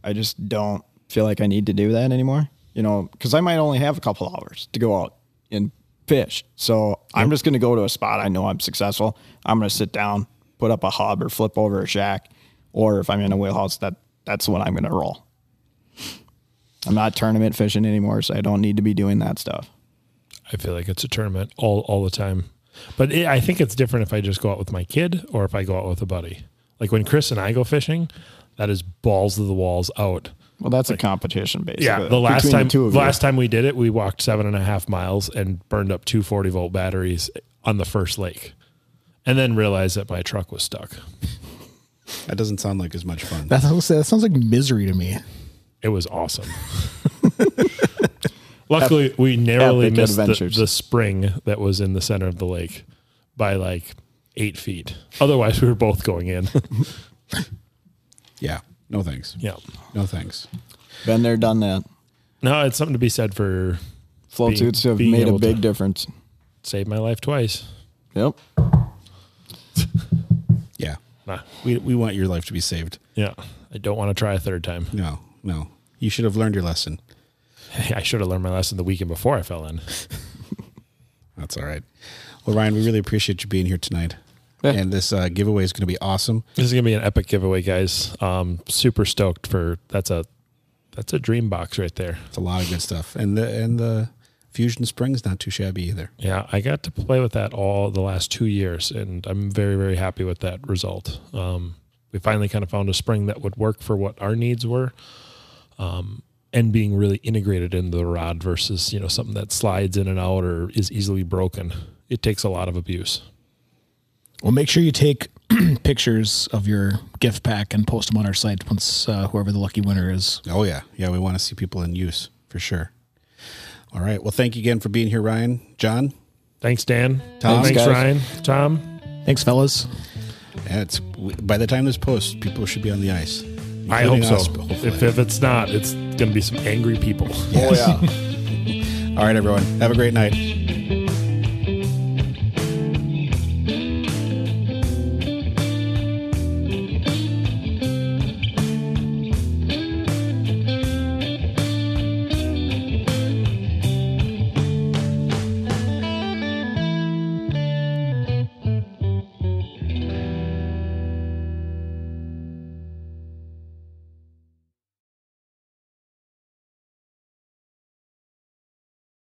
Speaker 4: I just don't feel like I need to do that anymore. You know, because I might only have a couple hours to go out and fish. So I'm just going to go to a spot I know I'm successful. I'm going to sit down, put up a hub or flip over a shack. Or if I'm in a wheelhouse, that, that's when I'm going to roll. I'm not tournament fishing anymore, so I don't need to be doing that stuff.
Speaker 1: I feel like it's a tournament all all the time. But it, I think it's different if I just go out with my kid or if I go out with a buddy. Like when Chris and I go fishing, that is balls to the walls out.
Speaker 4: Well, that's a competition, basically.
Speaker 1: Yeah, the last
Speaker 4: between
Speaker 1: time
Speaker 4: two of you.
Speaker 1: last time we did it, we walked seven and a half miles and burned up two 40 volt batteries on the first lake, and then realized that my truck was stuck.
Speaker 2: That doesn't sound like as much fun.
Speaker 3: That sounds, that sounds like misery to me.
Speaker 1: It was
Speaker 4: (laughs)
Speaker 1: awesome. Luckily, we narrowly
Speaker 4: epic
Speaker 1: missed the,
Speaker 4: adventures.
Speaker 1: the spring that was in the center of the lake by like eight feet. Otherwise, we were both going
Speaker 4: (laughs)
Speaker 1: in.
Speaker 2: yeah. No thanks.
Speaker 1: yeah.
Speaker 2: No thanks.
Speaker 4: Been there, done that.
Speaker 1: No, it's something to be said for
Speaker 4: Flow
Speaker 1: Being-
Speaker 4: toots have
Speaker 1: being
Speaker 4: made a
Speaker 1: able
Speaker 4: big
Speaker 1: to-
Speaker 4: difference.
Speaker 1: saved my life twice.
Speaker 4: Yep.
Speaker 2: Yeah.
Speaker 1: Nah.
Speaker 2: We, we want your life to be saved.
Speaker 1: Yeah. I don't want to try a third time. (laughs)
Speaker 2: No, no. You should have learned your lesson.
Speaker 1: I should have learned my lesson the weekend before I fell in.
Speaker 2: That's all right. Well, Ryan, we really appreciate you being here tonight. And this uh, giveaway is going to be awesome.
Speaker 1: This is gonna be an epic giveaway, guys. Um, super stoked for that's a that's a dream box right there.
Speaker 2: It's a lot of good stuff. And the and the Fusion Spring's not too shabby either.
Speaker 1: Yeah, I got to play with that all the last two years, and I'm very very happy with that result. Um, we finally kind of found a spring that would work for what our needs were, um, and being really integrated into the rod versus you know something that slides in and out or is easily broken. It takes a lot of abuse.
Speaker 3: Well, make sure you take (clears throat) pictures of your gift pack and post them on our site once uh, whoever the lucky winner is.
Speaker 2: Oh yeah, yeah. We want to see people in use for sure. All right. Well, thank you again for being here, Ryan, John.
Speaker 1: Thanks, Dan.
Speaker 2: Tom.
Speaker 1: Thanks,
Speaker 4: Thanks, guys.
Speaker 1: Ryan. Tom.
Speaker 3: Thanks, fellas.
Speaker 2: Yeah, it's by the time this posts, people should be on the ice.
Speaker 1: I hope
Speaker 2: including
Speaker 1: so.
Speaker 2: us, hopefully.
Speaker 1: If, if it's not, it's going to be some angry people. (laughs)
Speaker 2: (laughs) Yes. All right, everyone. Have a great night.